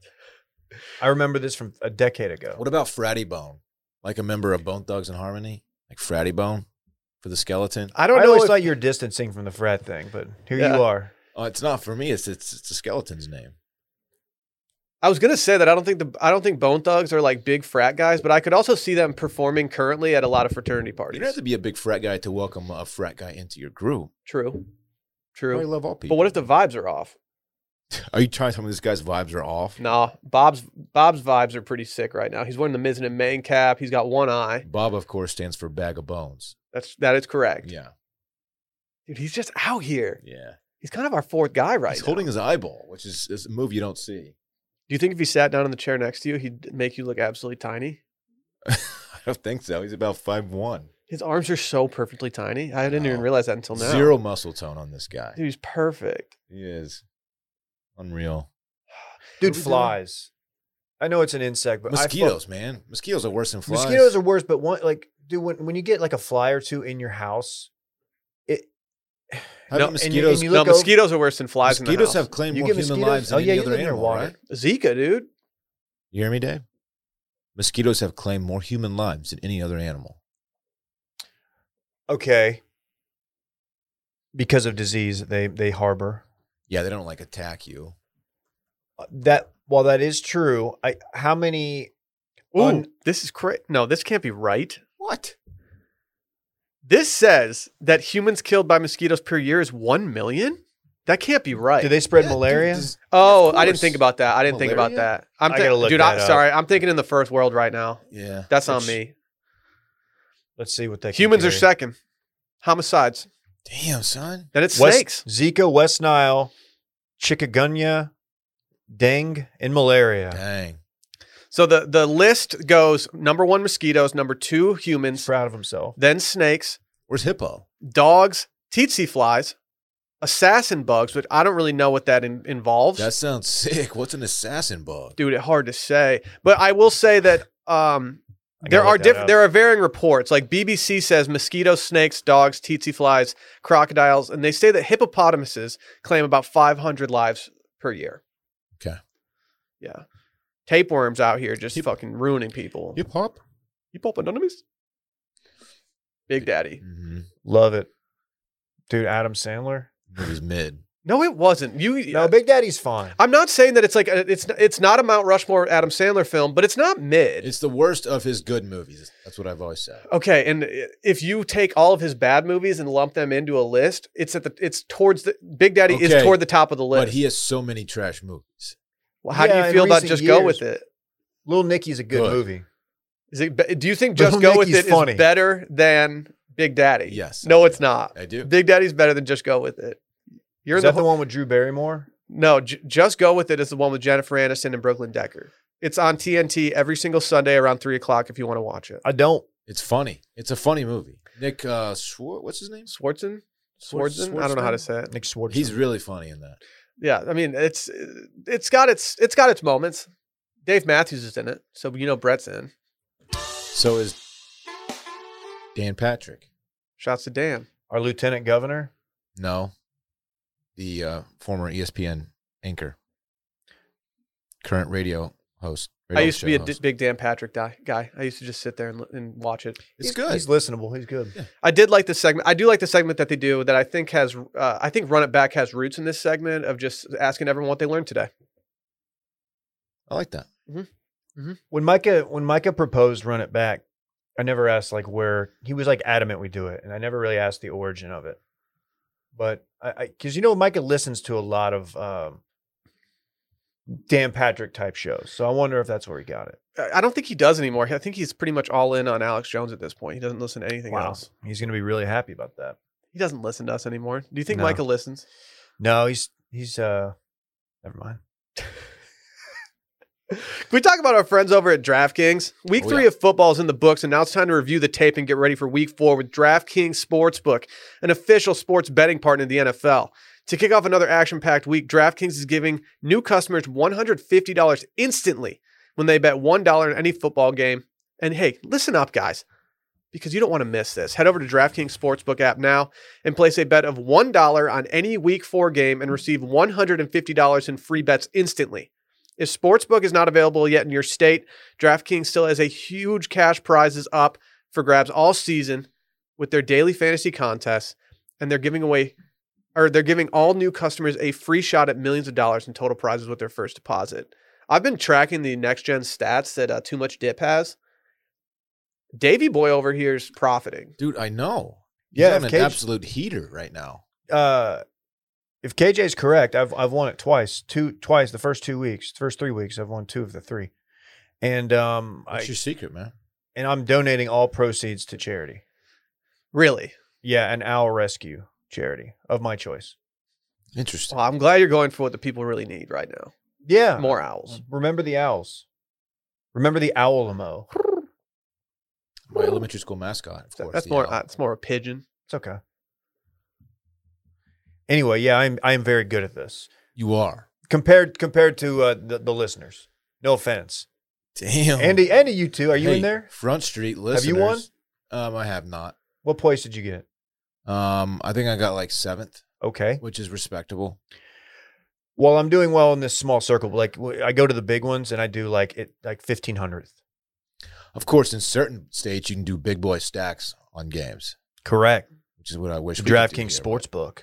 B: I remember this from a decade ago.
C: What about Fratty Bone? Like a member of Bone Thugs and Harmony, like Fratty Bone, for the skeleton.
A: I
B: I,
A: don't know.
B: always
A: If,
B: thought you were distancing from the frat thing, but here
A: Yeah.
B: you are.
C: Oh, it's not for me. It's it's, it's the skeleton's name.
A: I was gonna say that I don't think the I don't think Bone Thugs are like big frat guys, but I could also see them performing currently at a lot of fraternity
C: You
A: parties.
C: don't have to be a big frat guy to welcome a frat guy into your group.
A: True,
C: I
A: true.
C: love all people.
A: But what if the vibes are off?
C: Are you trying to tell me this guy's vibes are off?
A: Nah, Bob's Bob's vibes are pretty sick right now. He's wearing the mizzen and main cap. He's got one eye.
C: Bob, of course, stands for bag of bones.
A: That's that is correct.
C: Yeah,
A: Dude, he's just out here.
C: yeah.
A: He's kind of our fourth guy right
C: He's
A: now.
C: holding his eyeball, which is, is a move you don't see.
A: Do you think if he sat down in the chair next to you, he'd make you look absolutely tiny?
C: I don't think so. He's about five one.
A: His arms are so perfectly tiny. I didn't even
C: Wow.
A: realize that until now.
C: Zero muscle tone on this guy.
A: Dude, he's perfect.
C: He is unreal.
B: Dude,
C: What are we doing?
B: flies. I know it's an insect, but I fu-
C: Mosquitoes, man. Mosquitoes are worse than flies.
B: mosquitoes are worse. But one, like, dude, when, when you get like a fly or two in your house, it
C: Having
A: No, and you-
C: mosquitoes.
B: and You
A: No,
B: look over-
A: mosquitoes are worse than flies
C: mosquitoes
A: in
C: have claimed
B: You
C: more
B: get
C: human
B: mosquitoes-
C: lives than
B: oh, yeah,
C: any
B: you
C: other
B: live near
C: animal,
B: water.
C: right?
A: the house. Zika, dude.
C: You hear me, Dave? Mosquitoes have claimed more human lives than any other animal.
B: okay, because of disease that they they harbor. Uh,
C: Yeah, they don't like attack you.
B: That while that is true, I how many
A: Ooh,
B: Un-
A: this is crazy. No, this can't be right.
C: What?
A: This says that humans killed by mosquitoes per year is 1 million? That can't be right.
B: Do they spread
C: Yeah, dude,
B: malaria?
C: this-
A: oh,
C: Of
A: I didn't think
C: course.
A: about that. I didn't think about
C: Malaria?
A: that. I'm
B: I
A: thi-
B: gotta look
A: dude.
B: that
A: I,
B: up.
A: sorry, I'm thinking in the first world right now.
C: Yeah.
A: That's on
B: Which-
A: me.
B: Let's see what they. can
A: Humans are
B: carry.
A: second. Homicides.
C: Damn, son.
A: Then it's
B: West-
A: snakes.
B: Zika, West Nile, chikungunya, dengue, and malaria.
C: Dang.
A: So the the list goes number one mosquitoes, number two
B: He's
A: humans,
B: proud of himself.
A: then snakes,
C: Where's hippo?
A: dogs, tsetse flies, assassin bugs, which I don't really know what that in- involves.
C: That sounds sick. What's an assassin bug?
A: Dude, it hard to say. But I will say that um,
B: I
A: there
B: gotta
A: are
B: look that
A: different.
B: up.
A: There are varying reports. Like BBC says, mosquitoes, snakes, dogs, tsetse flies, crocodiles, and they say that hippopotamuses claim about 500 lives per year.
C: Okay.
A: Yeah. Tapeworms out here just
C: Hip-
A: fucking ruining people.
C: Hip hop.
A: Hippopotamus. Big Daddy.
C: Mm-hmm.
B: Love it, dude. Adam Sandler.
C: Movie's mid.
A: No, it wasn't. You. uh,
B: No, Big Daddy's fine.
A: I'm not saying that it's like a, it's it's not a Mount Rushmore Adam Sandler film, but it's not mid.
C: It's the worst of his good movies. That's what I've always said.
A: Okay, and i- if you take all of his bad movies and lump them into a list, it's at the it's towards the Big Daddy is
C: Okay,
A: toward the top of the
C: But
A: list.
C: he has so many trash movies.
A: well, how
B: Yeah,
A: do you
B: in
A: feel about
B: recent
A: just go
B: years-
A: with it?
B: Little Nicky's a good,
C: Good.
B: movie.
A: Is it be- do you think
B: Little
A: just go with
B: Nicky's
A: it is
B: funny.
A: better than Big Daddy?
C: Yes.
A: No, it's not.
C: I do.
A: Big Daddy's better than just go with it. You're
B: Is
A: the,
B: that the
A: ho-
B: one with Drew Barrymore?
A: no. J- just go with it is the one with Jennifer Aniston and Brooklyn Decker. It's on TNT every single Sunday around three o'clock. If you want to watch it,
B: I don't.
C: It's funny. It's a funny movie. Nick uh, Swart, what's his name?
A: Swartzen,
C: Swartz-
A: Swartzen. I don't know how to
C: Swartzen?
A: say it.
B: Nick Swartz.
C: He's really funny in that.
A: yeah i mean it's it's got its it's got its moments dave matthews is in it so you know brett's in
C: So is Dan Patrick.
A: shouts to dan
B: our lieutenant governor.
C: No, the uh, former ESPN anchor, current radio host.
A: i
C: radio
A: used to be
C: show
A: a d-
C: host.
A: big dan patrick di- guy i used to just sit there and, l- and watch it
C: It's
B: He's-
C: good.
B: He's listenable. He's good.
A: i did like this segment i do like the segment that they do that i think has uh, i think run it back has roots in this segment of just asking everyone what they learned today
C: I like that.
B: When Micah when Micah proposed Run It Back, I never asked like where he was like adamant we do it, and I never really asked the origin of it. But I because you know Micah listens to a lot of um, Dan Patrick type shows, so I wonder if that's where he got it.
A: I- i don't think he does anymore i think he's pretty much all in on alex jones at this point he doesn't listen to anything else
B: he's gonna be really happy about that.
A: he doesn't listen to us anymore do you think
B: No.
A: michael listens
B: No, he's he's uh, never mind.
A: Can we talk about our friends over at DraftKings? Week
C: Oh,
A: three
C: yeah.
A: of football is in the books, and now it's time to review the tape and get ready for week four with DraftKings Sportsbook, an official sports betting partner of the NFL. To kick off another action packed week, DraftKings is giving new customers $150 instantly when they bet $1 in any football game. And hey, listen up, guys, because you don't want to miss this. Head over to DraftKings Sportsbook app now and place a bet of $1 on any week four game and receive $150 in free bets instantly. If Sportsbook is not available yet in your state, DraftKings still has a huge cash prizes up for grabs all season with their daily fantasy contests, and they're giving away or they're giving all new customers a free shot at millions of dollars in total prizes with their first deposit. I've been tracking the next gen stats that uh, Too Much Dip has. Davy Boy over here is profiting.
C: Dude, I know. He's
B: Yeah,
C: on
B: if
C: an
B: Cage-
C: absolute heater right now.
B: uh, if KJ's correct, I've I've won it twice, two twice the first two weeks, first three weeks, I've won two of the three, and um, I,
C: What's your secret, man?
B: and I'm donating all proceeds to charity.
A: Really?
B: Yeah, an owl rescue charity of my choice.
C: Interesting.
A: Well, I'm glad you're going for what the people really need right now.
B: Yeah,
A: More owls.
B: remember the owls. Remember the owl
C: My elementary school mascot, of course.
A: That's
C: the
A: more.
C: owl.
A: That's more a pigeon.
B: It's okay. Anyway, yeah, I'm I am very good at this
C: you are.
B: compared compared to uh, the the listeners. No offense,
C: Damn.
B: Andy. Andy, you two, are you
C: Oh. Hey,
B: in there?
C: Front Street listeners.
B: Have you won?
C: Um, I have not.
B: What place did you get?
C: Um, I think I got like seventh,
B: Okay.
C: which is respectable.
B: Well, I'm doing well in this small circle, but like w- I go to the big ones and I do like it like 1500th.
C: Of course, in certain states, you can do big boy stacks on games,
B: Correct.
C: which is what I wish.
B: The
C: we could do
B: DraftKings
C: here.
B: Sportsbook.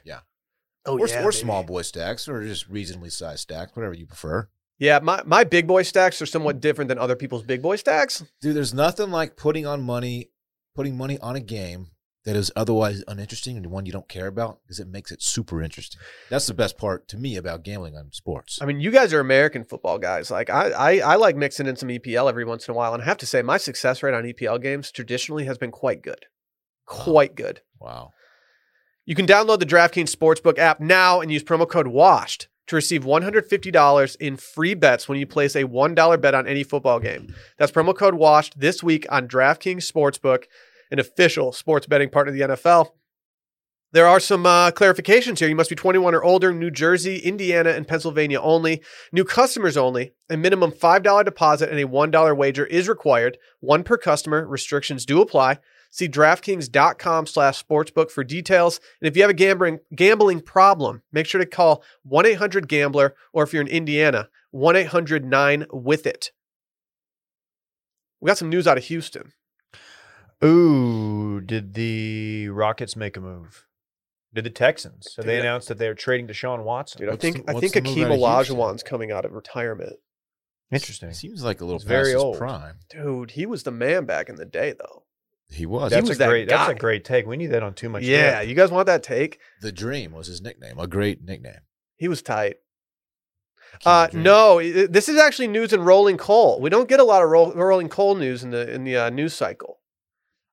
A: Oh
C: or, or small boy stacks, or just reasonably sized stacks, whatever you prefer.
A: Yeah, my, my big boy stacks are somewhat different than other people's big boy stacks.
C: Dude, there's nothing like putting on money, putting money on a game that is otherwise uninteresting and one you don't care about is it makes it super interesting. That's the best part to me about gambling on sports.
A: I mean, you guys are American football guys. Like I, I, I like mixing in some EPL every once in a while, and I have to say, my success rate on EPL games traditionally has been quite good, quite good.
C: Wow.
A: You can download the DraftKings Sportsbook app now and use promo code WASHED to receive $150 in free bets when you place a $1 bet on any football game. That's promo code WASHED this week on DraftKings Sportsbook, an official sports betting partner of the NFL. There are some uh, clarifications here. You must be 21 or older, New Jersey, Indiana, and Pennsylvania only. New customers only. A minimum $5 deposit and a $1 wager is required. One per customer. Restrictions do apply. See DraftKings.com slash sportsbook for details. And if you have a gambling gambling problem, make sure to call 1 800 Gambler or if you're in Indiana, 1 800 9 with it. We got some news out of Houston.
B: Ooh, did the Rockets make a move? Did the Texans? So they
A: Dude, I-
B: announced that they're trading Deshaun Watson.
A: Dude, I
C: What's
A: think
C: the-
A: I
C: what's
A: think
C: the move
A: Akeem
C: out of Houston?
A: Olajuwon's coming out of retirement.
B: Interesting.
C: Seems like a little
B: He's
C: past
B: very
C: his
B: old.
C: prime.
A: Dude, he was the man back in the day though.
C: He was.
A: He
B: That's
A: was
B: a
A: that
B: great. That's a
A: guy.
B: great take. We need that on too much.
A: yeah,
B: Rap.
A: you guys want that take?
C: the Dream was his nickname. A great nickname.
A: He was tight.
C: King
A: Uh,
C: Dream.
A: no, i- this is actually news in rolling coal. We don't get a lot of roll, rolling coal news in the in the uh, news cycle.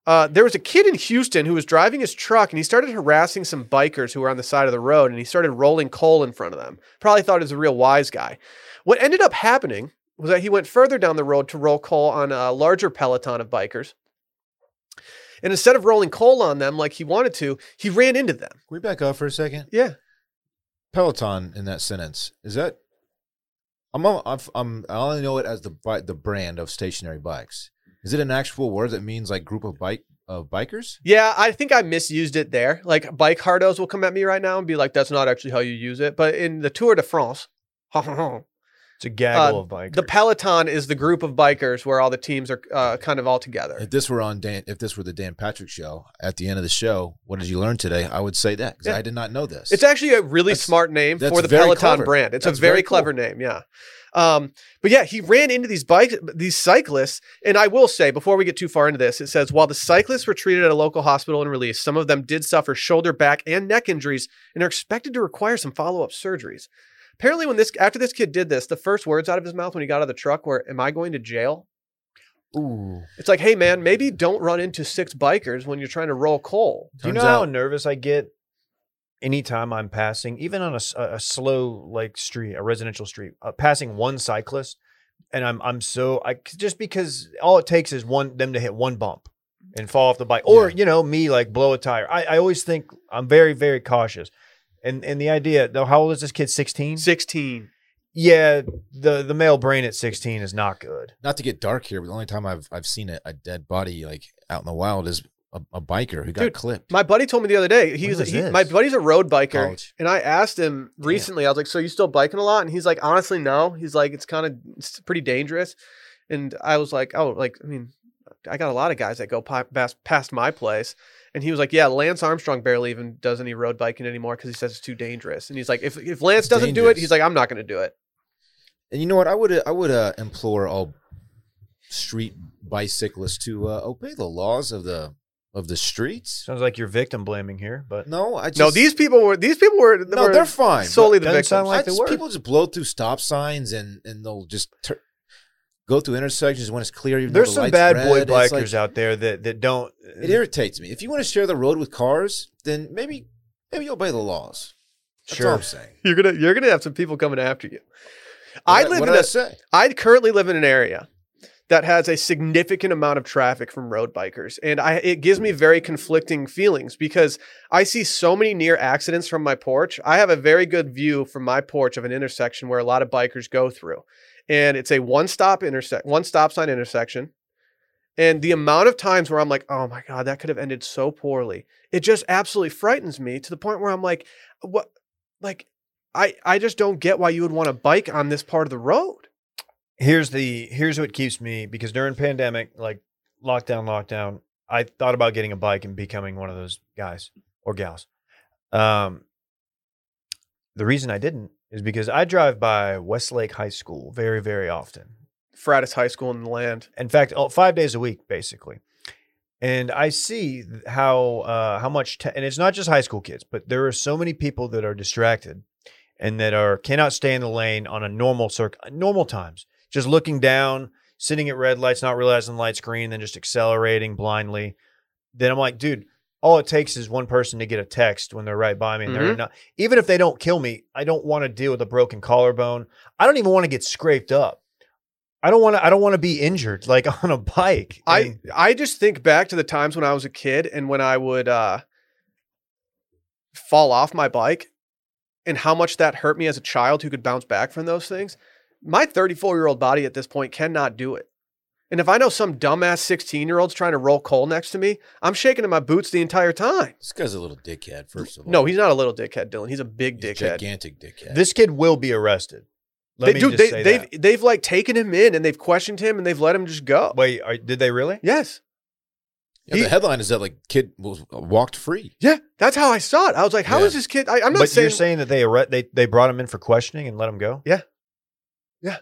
A: Uh, there was a kid in Houston who was driving his truck and he started harassing some bikers who were on the side of the road and he started rolling coal in front of them. Probably thought he was a real wise guy. What ended up happening was that he went further down the road to roll coal on a larger peloton of bikers. And instead of rolling coal on them like he wanted to, he ran into them.
C: Can we back up for a second?
A: Yeah.
C: Peloton in that sentence is that I'm I'm, I'm I only know it as the bi- the brand of stationary bikes. Is it an actual word that means like group of bike of bikers?
A: Yeah, I think I misused it there. Like bike hardos will come at me right now and be like, "That's not actually how you use it." But in the Tour de France, the
B: it's a gaggle
A: uh,
B: of bikers.
A: peloton is the group of bikers where all the teams are uh, kind of all together.
C: If this were on Dan, if this were the Dan Patrick show, at the end of the show, what did you learn today? I would say that because
A: Yeah.
C: I did not know this.
A: It's actually a really
C: That's-
A: smart name
C: that's
A: for the
C: very
A: Peloton
C: clever.
A: brand. It's
C: That's
A: a very,
C: very
A: clever name, yeah. Um, but yeah, he ran into these bikes, these cyclists, and I will say before we get too far into this, it says while the cyclists were treated at a local hospital and released, some of them did suffer shoulder, back, and neck injuries and are expected to require some follow-up surgeries. Apparently, when this after this kid did this, the first words out of his mouth when he got out of the truck were, "Am I going to jail?"
C: Ooh.
A: It's like, hey man, maybe don't run into six bikers when you're trying to roll coal.
B: Do you know
C: Turns
B: how
C: out-
B: nervous I get anytime I'm passing, even on a, s- a- a slow like street, a residential street, uh, passing one cyclist, and I'm I'm so I just because all it takes is one them to hit one bump and fall off the bike, or
C: Yeah.
B: you know me like blow a tire. I, I always think I'm very very cautious, and and the idea though, how old is this kid? Sixteen.
A: Sixteen.
B: Yeah, the the male brain at sixteen is not good.
C: Not to get dark here, but the only time I've I've seen a, a dead body like out in the wild is a, a biker who got
A: Dude,
C: clipped.
A: My buddy told me the other day. He's
B: was
A: he,
B: this?
A: my buddy's a road biker,
C: College.
A: and I asked him recently. I was like, "So you still biking a lot?" And he's like, "Honestly, no." He's like, "It's kind of it's pretty dangerous," and I was like, "Oh, like I mean, I got a lot of guys that go pi- past past my place." And he was like, "Yeah, Lance Armstrong barely even does any road biking anymore because he says it's too dangerous." And he's like, "If if Lance
C: It's
A: doesn't do it,
C: dangerous.
A: he's like, I'm not going to do it."
C: And you know what? I would I would uh, implore all street bicyclists to uh, obey the laws of the of the streets.
B: Sounds like you're victim blaming here, but
C: No, I just
A: no, these people were these people were
C: no,
A: were
C: they're fine. but
A: solely the
B: doesn't
A: victims.
B: sound
C: I
B: like they
C: just-
B: were.
C: people just blow through stop signs and and they'll just tur- go through intersections when it's clear. Even though
B: there's
C: the
B: some
C: light's
B: bad boy
C: red. It's
B: bikers
C: like-
B: out there that that don't.
C: It irritates me. If you want to share the road with cars, then maybe maybe obey the laws. That's all
B: Sure.
C: I'm saying.
A: you're gonna you're gonna have some people coming after you. I
C: What
A: live
C: what
A: in
C: did
A: a
C: I say?
A: I currently live in an area that has a significant amount of traffic from road bikers and I it gives me very conflicting feelings because I see so many near accidents from my porch. I have a very good view from my porch of an intersection where a lot of bikers go through. And it's a one-stop intersect one stop sign intersection. And the amount of times where I'm like, "Oh my god, that could have ended so poorly." It just absolutely frightens me to the point where I'm like, "What like I I just don't get why you would want to bike on this part of the road."
B: here's the here's what keeps me because during pandemic like lockdown lockdown i thought about getting a bike and becoming one of those guys or gals um the reason i didn't is because i drive by westlake high school very very often
A: Fratis High School in the land.
B: in fact oh, five days a week basically and I see how uh, how much te- and it's not just high school kids, but there are so many people that are distracted and that are cannot stay in the lane on a normal circ normal times, just looking down, sitting at red lights, not realizing the light screen, then just accelerating blindly. Then I'm like, dude, all it takes is one person to get a text when they're right by me, and they're
A: Mhm.
B: not. Even if they don't kill me, I don't want to deal with a broken collarbone. I don't even want to get scraped up. I don't want to. I don't want to be injured like on a bike.
A: I
B: And-
A: I just think back to the times when I was a kid and when I would uh, fall off my bike, and how much that hurt me as a child who could bounce back from those things. My 34 year old body at this point cannot do it. And if I know some dumbass 16 year old's trying to roll coal next to me, I'm shaking in my boots the entire time.
C: This guy's a little dickhead. First of all,
A: No, he's not a little dickhead, Dylan. He's a big
C: He's a
A: dickhead.
C: gigantic dickhead.
B: This kid will be arrested. Let
A: They,
B: me
A: dude,
B: just
A: they,
B: say
A: they've
B: that.
A: they've like taken him in and they've questioned him and they've let him just go.
B: Wait, are, did they really?
A: Yes,
C: yeah,
B: he-
C: the headline is that like kid was uh, walked free.
A: yeah, that's how I saw it. I was like, how is
C: Yeah.
A: this kid? I, I'm not
B: but
A: saying
B: you're saying that they arre- they they brought him in for questioning and let him go.
A: Yeah. Yeah.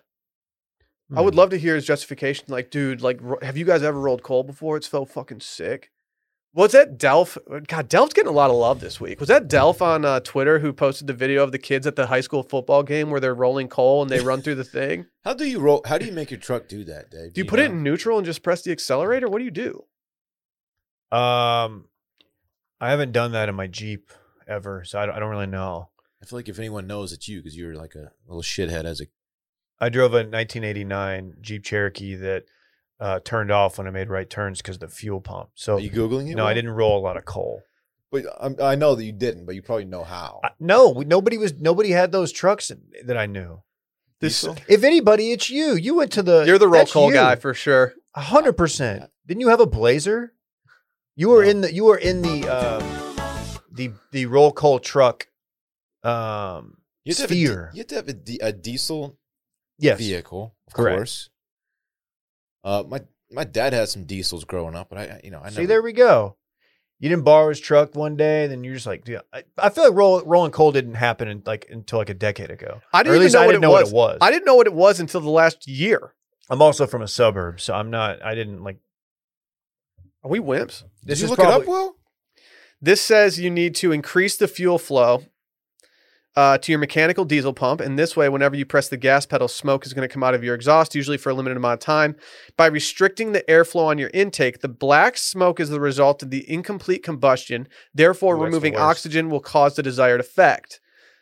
A: I
B: Hmm.
A: would love to hear his justification. Like, dude, like, ro- have you guys ever rolled coal before? It's so fucking sick. Was that Delph? God, Delph's getting a lot of love this week. Was that Delph on uh, Twitter who posted the video of the kids at the high school football game where they're rolling coal and they run through the thing?
C: How do you roll? How do you make your truck do that, Dave?
A: Do you, put it in neutral and just press the accelerator? What do you do?
B: Um, I haven't done that in my Jeep ever, so I don't, I don't really know.
C: I feel like if anyone knows, it's you because you were like a little shithead as a.
B: I drove a 1989 Jeep Cherokee that uh, turned off when I made right turns because of the fuel pump. So
C: Are you googling it?
B: Oh, no, I
C: Will?
B: didn't roll a lot of coal.
C: But I'm, I know that you didn't, but you probably know how.
B: I, no, we- nobody was nobody had those trucks that I knew.
A: This,
C: Diesel?
B: If anybody, it's you. You went to the
A: you're the roll
B: Uh, that's
A: coal
B: you.
A: guy for sure.
B: A hundred percent. Didn't you have a blazer? You were
C: No.
B: in the you were in the um, the the roll call truck. Um,
C: you have to have a di-
B: Sphere.
C: you have to have a, di- a diesel
B: yes,
C: vehicle, of
B: Correct.
C: course. Uh, my my dad had some diesels growing up, but I- I you know I never,
B: See, there we go. You didn't borrow his truck one day, and then you're just like, dude, I, I feel like roll, rolling coal didn't happen in, like until like a decade ago.
A: I
B: or
A: didn't
B: at
A: even
B: least
A: know,
B: I
A: what,
B: didn't
A: it
B: know
A: was.
B: what it was.
A: I didn't know what it was until the last year.
B: I'm also from a suburb, so I'm not. I didn't like.
A: Are we wimps?
C: Did
B: This
C: you
B: is
C: look it
B: probably
C: up, Will?
A: This says you need to increase the fuel flow uh, to your mechanical diesel pump. And this way, whenever you press the gas pedal, smoke is going to come out of your exhaust, usually for a limited amount of time. By restricting the airflow on your intake, the black smoke is the result of the incomplete combustion. Therefore,
B: Ooh, that's the
A: removing
B: worst.
A: oxygen will cause the desired effect.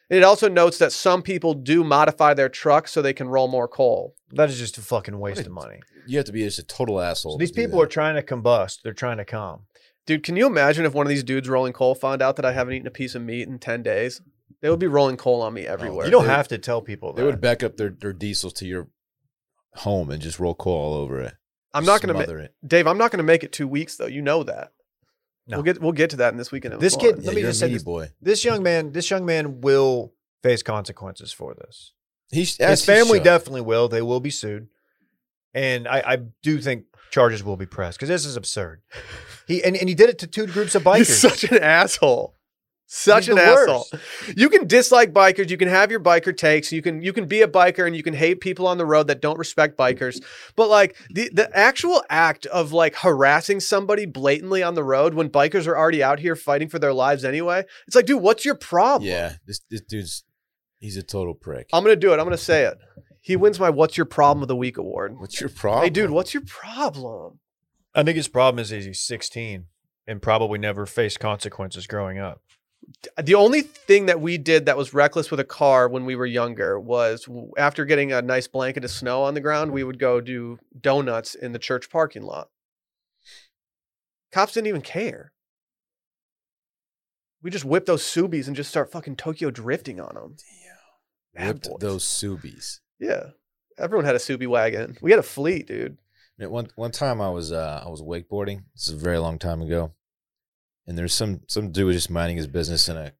A: It also notes that some people do modify their truck so they can roll more coal.
B: that is just a fucking waste
C: What a-
B: of money.
C: You have to be just a total asshole.
B: So
C: to
B: these
C: do
B: people
C: that.
B: are trying to combust. They're trying to calm.
A: Dude, can you imagine if one of these dudes rolling coal found out that I haven't eaten a piece of meat in 10 days? They would be rolling coal on me everywhere.
B: Oh, You don't
C: They-
B: have to tell people. That.
C: They would back up their, their diesels to your home and just roll coal all over it.
A: I'm not going to.
C: smother it.
A: Dave, I'm not going to make it two weeks though. You know that.
B: No.
A: We'll get we'll get to that in this weekend.
B: This kid-
C: Yeah,
B: Let me
C: you're
B: just
C: a
B: say
C: meaty
B: this.
C: boy.
B: this young man this young man will face consequences for this
C: He's
B: his family definitely will they will be sued and i, I do think charges will be pressed because this is absurd he and, and he did it to two groups of
A: you're
B: bikers
A: such an asshole. Such
B: He's
A: an
B: the
A: asshole.
B: worst.
A: You can dislike bikers. You can have your biker takes. You can you can be a biker and you can hate people on the road that don't respect bikers. But like the the actual act of like harassing somebody blatantly on the road when bikers are already out here fighting for their lives anyway. It's like, dude, what's your problem?
C: Yeah, this this dude's he's a total prick.
A: I'm gonna do it. I'm gonna say it. He wins my "What's Your Problem" of the Week award.
C: What's your problem?
A: Hey, dude, what's your problem?
B: i think his problem is he's 16 and probably never faced consequences growing up
A: the only thing that we did that was reckless with a car when we were younger was w- after getting a nice blanket of snow on the ground, we would go do donuts in the church parking lot. Cops didn't even care. We just whip those Subies and just start fucking Tokyo drifting on them. Bad
C: whipped
A: boys.
C: those Subies?
A: Yeah. Everyone had a Subie wagon. We had a fleet, dude.
C: Man, one one time I was uh I was wakeboarding. This is a very long time ago, and there's some some dude was just minding his business in a,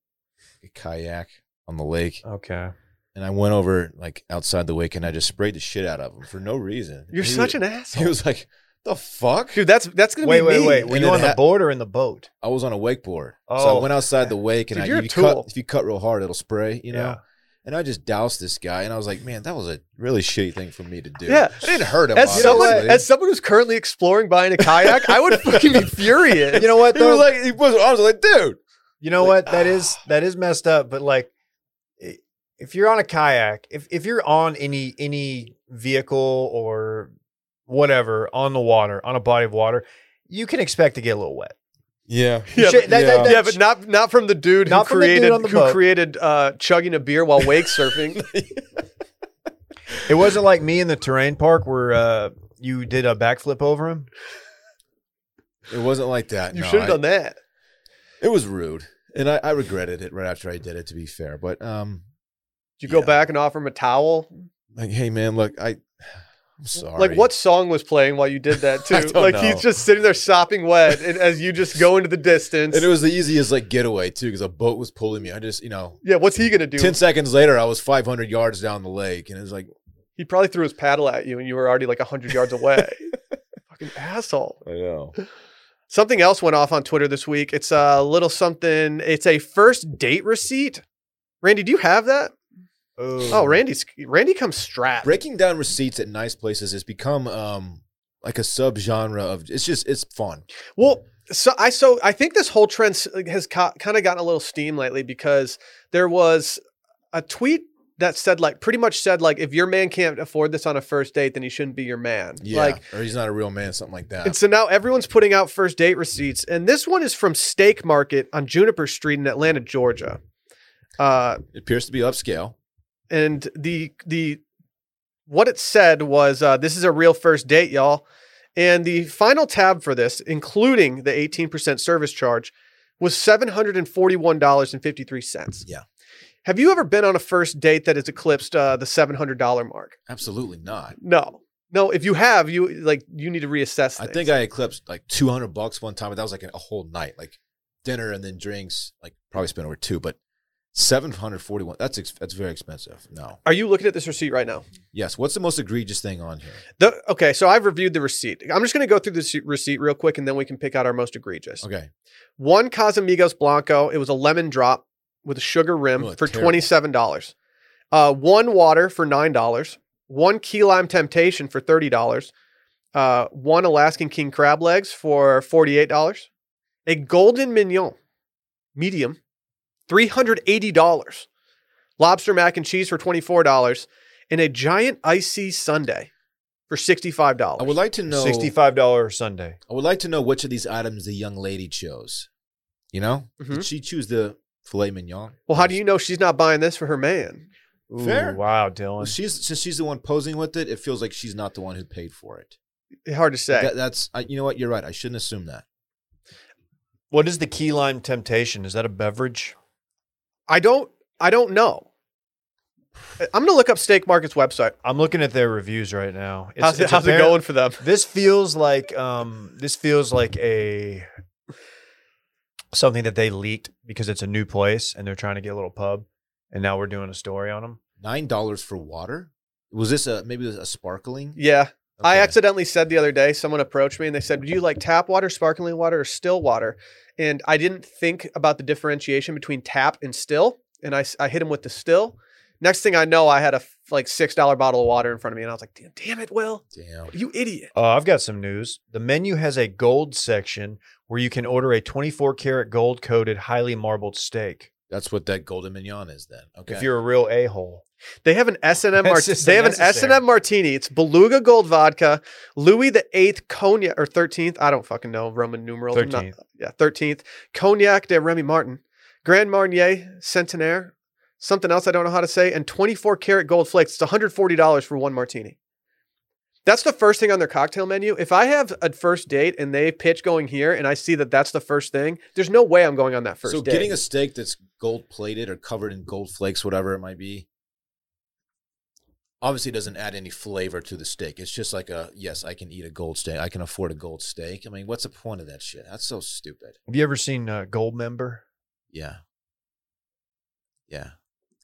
C: a kayak on the lake,
B: okay
C: and I went over like outside the wake, and I just sprayed the shit out of him for no reason.
A: You're
C: He
A: such
C: was-
A: an
C: He
A: asshole.
C: was like, "The fuck."
A: Dude, that's that's gonna
B: wait
A: be
B: wait
A: me.
B: wait were
C: And
B: you
C: then
B: on the
C: ha-
B: board or in the boat
C: I was on a wakeboard, so
B: Oh.
C: I went outside the wake, and
A: Dude,
C: I,
A: you're a
C: if you cut
A: tool.
C: if you cut real hard, it'll spray, you know.
B: Yeah.
C: And I just doused this guy, and I was like, man, that was a really shitty thing for me to do.
A: Yeah.
C: it didn't hurt him.
A: As someone,
C: obviously.
A: as someone who's currently exploring buying a kayak, I would fucking be furious.
B: You know what?
C: he was
B: Though?
C: like, he was, I was like, dude,
B: you know
C: like,
B: what? That
C: ah.
B: is that is messed up. But like, i- if you're on a kayak, if if you're on any any vehicle or whatever on the water, on a body of water, you can expect to get a little wet.
C: yeah,
A: Yeah, but-
B: Shit, that- that- that-
A: yeah, but not not from the dude
B: Not
A: who
B: from the dude
A: created
B: on the
A: who
B: boat.
A: created uh, chugging a beer while wake surfing.
B: It wasn't like me in the terrain park where uh, you did a backflip over him.
C: it wasn't like that.
A: you
C: no,
A: should have
C: I-
A: done that.
C: It was rude, and I, I regretted it right after I did it. To be fair, but um,
A: Did you go
C: Yeah.
A: back and offer him a towel?
C: like, hey man, look, I, I'm sorry.
A: Like what song was playing while you did that too?
C: I don't
A: like
C: know.
A: he's just sitting there sopping wet, and as you just go into the distance,
C: And it was the easiest like getaway too, because a boat was pulling me. I just, you know,
A: yeah, what's he gonna do?
C: ten seconds later, I was 500 yards down the lake, and it was like,
A: He probably threw his paddle at you, and you were already like hundred yards away. Fucking asshole.
C: I know.
A: Something else went off on Twitter this week. It's a little something. It's a first date receipt. Randy, do you have that?
C: Mm.
A: Oh, Randy's Randy comes strapped.
C: Breaking down receipts at nice places has become um like a subgenre of. It's just it's fun.
A: Well, so I so I think this whole trend s- has co- kind of gotten a little steam lately because there was a tweet that said like pretty much said like if your man can't afford this on a first date then he shouldn't be your man.
C: Yeah,
A: Like
C: or he's not a real man, something like that.
A: and so now everyone's putting out first date receipts and this one is from Steak Market on Juniper Street in Atlanta, Georgia. Uh
C: it appears to be upscale.
A: and the the what it said was uh, this is a real first date y'all and the final tab for this including the 18% service charge was $741.53
C: Yeah.
A: have you ever been on a first date that has eclipsed uh, the $700 mark
C: Absolutely not.
A: no no if you have you like you need to reassess
C: I
A: things.
C: think I eclipsed like 200 bucks one time, but that was like a whole night, like dinner and then drinks. Like probably spent over two, but 741. That's ex- that's very expensive. No.
A: are you looking at this receipt right now
C: Yes. What's the most egregious thing on here?
A: the, okay so i've reviewed the receipt i'm just going to go through this receipt real quick and then we can pick out our most egregious
C: Okay.
A: One Casamigos Blanco. It was a lemon drop with a sugar rim
C: Oh,
A: for
C: terrible.
A: twenty seven dollars. Uh, one water for nine dollars. One key lime temptation for thirty dollars. Uh, one Alaskan king crab legs for forty eight dollars. A golden mignon, medium, three hundred eighty dollars. Lobster mac and cheese for twenty four dollars, and a giant icy sundae for sixty five
C: I
A: dollars.
C: would like to know.
B: sixty-five dollar Sunday.
C: I would like to know which of these items the young lady chose. You know,
A: Mhm.
C: did she choose the filet mignon?
A: well, how do you know she's not buying this for her man?
B: Ooh,
C: Fair.
B: Wow,
C: Well,
B: Dylan.
C: she's since she's the one posing with it. It feels like she's not the one who paid for it.
A: Hard to say.
C: That- that's I, you know what you're right. I shouldn't assume that.
B: What is the key lime temptation? Is that a beverage?
A: I don't I don't know. Uh, I'm gonna look up Steak Market's website.
B: I'm looking at their reviews right now. It's-
A: How's, it,
B: it's
A: how's it
B: apparent-
A: going for them?
B: This feels like um this feels like a something that they leaked because it's a new place and they're trying to get a little pub and now we're doing a story on them.
C: Nine dollars for water. Was this a maybe it was a sparkling?
A: Yeah. I
C: Okay.
A: accidentally said the other day, someone approached me and they said, Would you like tap water, sparkling water, or still water? And I didn't think about the differentiation between tap and still. And I, s- I hit him with the still. Next thing I know, I had a f- like $6 bottle of water in front of me. And I was like, Damn, damn it, Will.
C: Damn.
A: You idiot.
B: Uh, I've got some news. The menu has a gold section where you can order a 24 karat gold coated highly marbled steak
C: That's what that golden mignon is then. Okay.
B: if you're a real a hole.
A: They have an S and M.
B: That's just
A: They have an S
B: unnecessary.
A: and M martini. It's Beluga Gold Vodka, Louis the Eighth Cognac or Thirteenth. I don't fucking know Roman numerals. I'm not-
B: 13th.
A: yeah, Thirteenth Cognac de Remy Martin, Grand Marnier Centenaire, something else I don't know how to say, and twenty four karat gold flakes. It's one hundred forty dollars for one martini. That's the first thing on their cocktail menu. If I have a first date and they pitch going here, and I see that that's the first thing, there's no way I'm going on that first
C: so
A: date.
C: getting a steak that's gold plated or covered in gold flakes, whatever it might be, obviously doesn't add any flavor to the steak. It's just like a yes, I can eat a gold steak. I can afford a gold steak. I mean, what's the point of that shit? That's so stupid.
B: Have you ever seen uh, Gold Member?
C: Yeah. Yeah.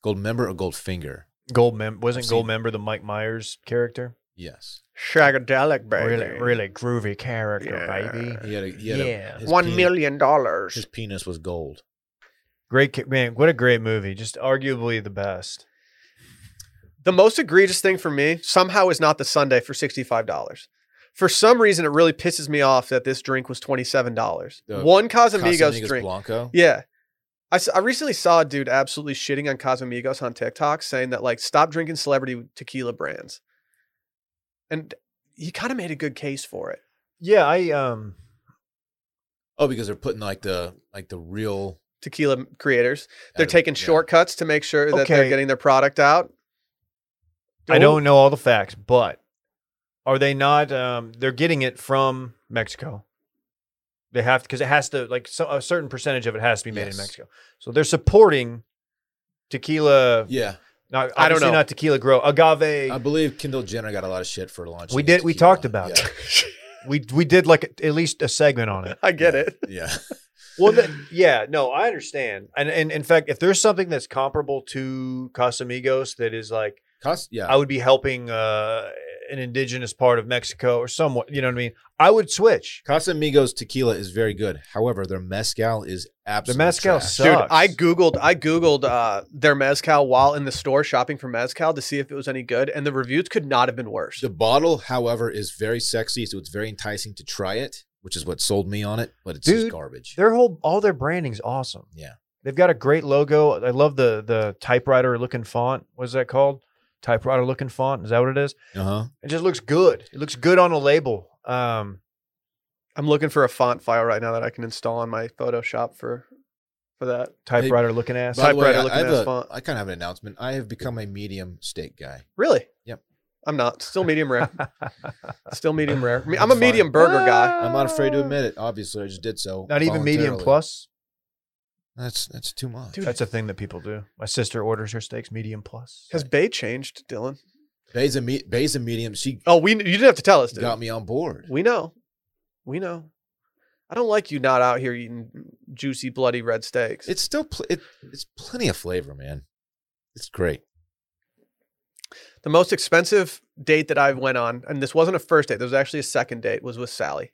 C: Gold member or gold finger?
B: Gold Mem wasn't
C: I've seen
B: Gold Member the Mike Myers character?
C: Yes.
A: shagadelic, baby.
B: Really really groovy character, baby.
C: He had a, he had
B: Yeah.
C: a, his
A: One
C: penis-
A: million dollars.
C: His penis was gold.
B: Great ca- man, what a great movie. Just arguably the best.
A: The most egregious thing for me somehow is not the Sunday for $65. For some reason, it really pisses me off that this drink was $27.
C: The
A: One Casamigos,
C: Casamigos
A: drink.
C: Blanco.
A: Yeah. I, s- I recently saw a dude absolutely shitting on Casamigos on TikTok saying that, like, stop drinking celebrity tequila brands. And he kind of made a good case for it.
B: Yeah, I um
C: Oh, because they're putting like the like the real.
A: Tequila creators. They're
C: out of-
A: taking
C: yeah.
A: shortcuts to make sure that they're
B: Okay.
A: getting their product out.
B: I don't know all the facts, but are they not? Um, they're getting it from Mexico. They have because it has to like so, a certain percentage of it has to be made
C: Yes.
B: in Mexico. So they're supporting tequila.
C: Yeah,
B: Not,
A: I don't
B: obviously
A: know.
B: Not tequila grow agave.
C: I believe Kendall Jenner got a lot of shit for launching.
B: We
C: his
B: did- we
C: tequila.
B: talked about
C: Yeah.
B: we we did like at least a segment on it.
A: I get
C: Yeah.
A: it.
C: Yeah,
B: Well, that, yeah, no, I understand. And, and in fact, if there's something that's comparable to Casamigos that is like
C: Cost, yeah.
B: I would be helping uh, an indigenous part of Mexico or somewhat. You know what I mean? I would switch.
C: Casamigos tequila is very good. However, their mezcal is
B: The
C: absolutely
B: mezcal
C: trash.
B: sucks.
A: Dude, I googled I googled uh, their mezcal while in the store shopping for mezcal to see if it was any good, and the reviews could not have been worse.
C: The bottle, however, is very sexy, so it's very enticing to try it, which is what sold me on it. But it's
B: Dude,
C: just garbage.
B: their whole all their branding's awesome.
C: Yeah.
B: they've got a great logo. I love the the typewriter looking font. What's that called? Typewriter looking font. Is that what it is?
C: Uh huh.
B: It just looks good. It looks good on a label. Um,
A: I'm looking for a font file right now that I can install on my Photoshop for for that.
B: typewriter looking ass.
A: By- typewriter
C: I-
A: looking
C: I,
A: ass
C: have a,
A: font.
C: I kind of have an announcement. I have become a medium steak guy.
A: Really?
C: Yep.
A: I'm not. Still medium rare. Still medium rare. I mean, I'm a medium burger guy.
C: I'm not afraid
A: Uh.
C: to admit it. Obviously, I just did so.
B: Not even medium
C: voluntarily.
B: plus.
C: That's that's too much.
A: Dude.
B: That's a thing that people do. My sister orders her steaks medium plus.
A: Has Bay changed, Dylan?
C: Bay's a, me- Bay's a medium. She
A: Oh, we you didn't have to tell us, dude.
C: got me on board.
A: We know. We know. I don't like you not out here eating juicy bloody red steaks.
C: It's still pl- it, it's plenty of flavor, man. It's great.
A: The most expensive date that I went on, and this wasn't a first date, there was actually a second date, was with Sally.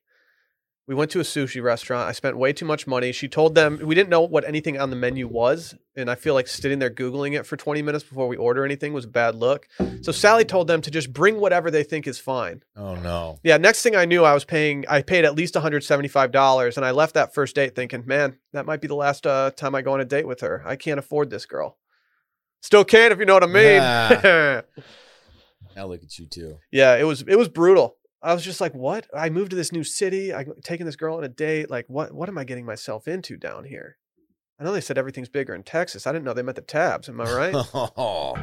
A: We went to a sushi restaurant. I spent way too much money. She told them we didn't know what anything on the menu was. And I feel like sitting there Googling it for 20 minutes before we order anything was a bad look. So Sally told them to just bring whatever they think is fine.
C: Oh no.
A: Yeah, next thing I knew, I was paying, I paid at least $175. And I left that first date thinking, man, that might be the last uh, time I go on a date with her. I can't afford this girl. Still can't if you know what I mean.
C: Ah. Now look at you too.
A: yeah, it was it was brutal. I was just like, what? I moved to this new city. I'm taking this girl on a date. Like, what what am I getting myself into down here? I know they said everything's bigger in Texas. I didn't know they meant the tabs. Am I right?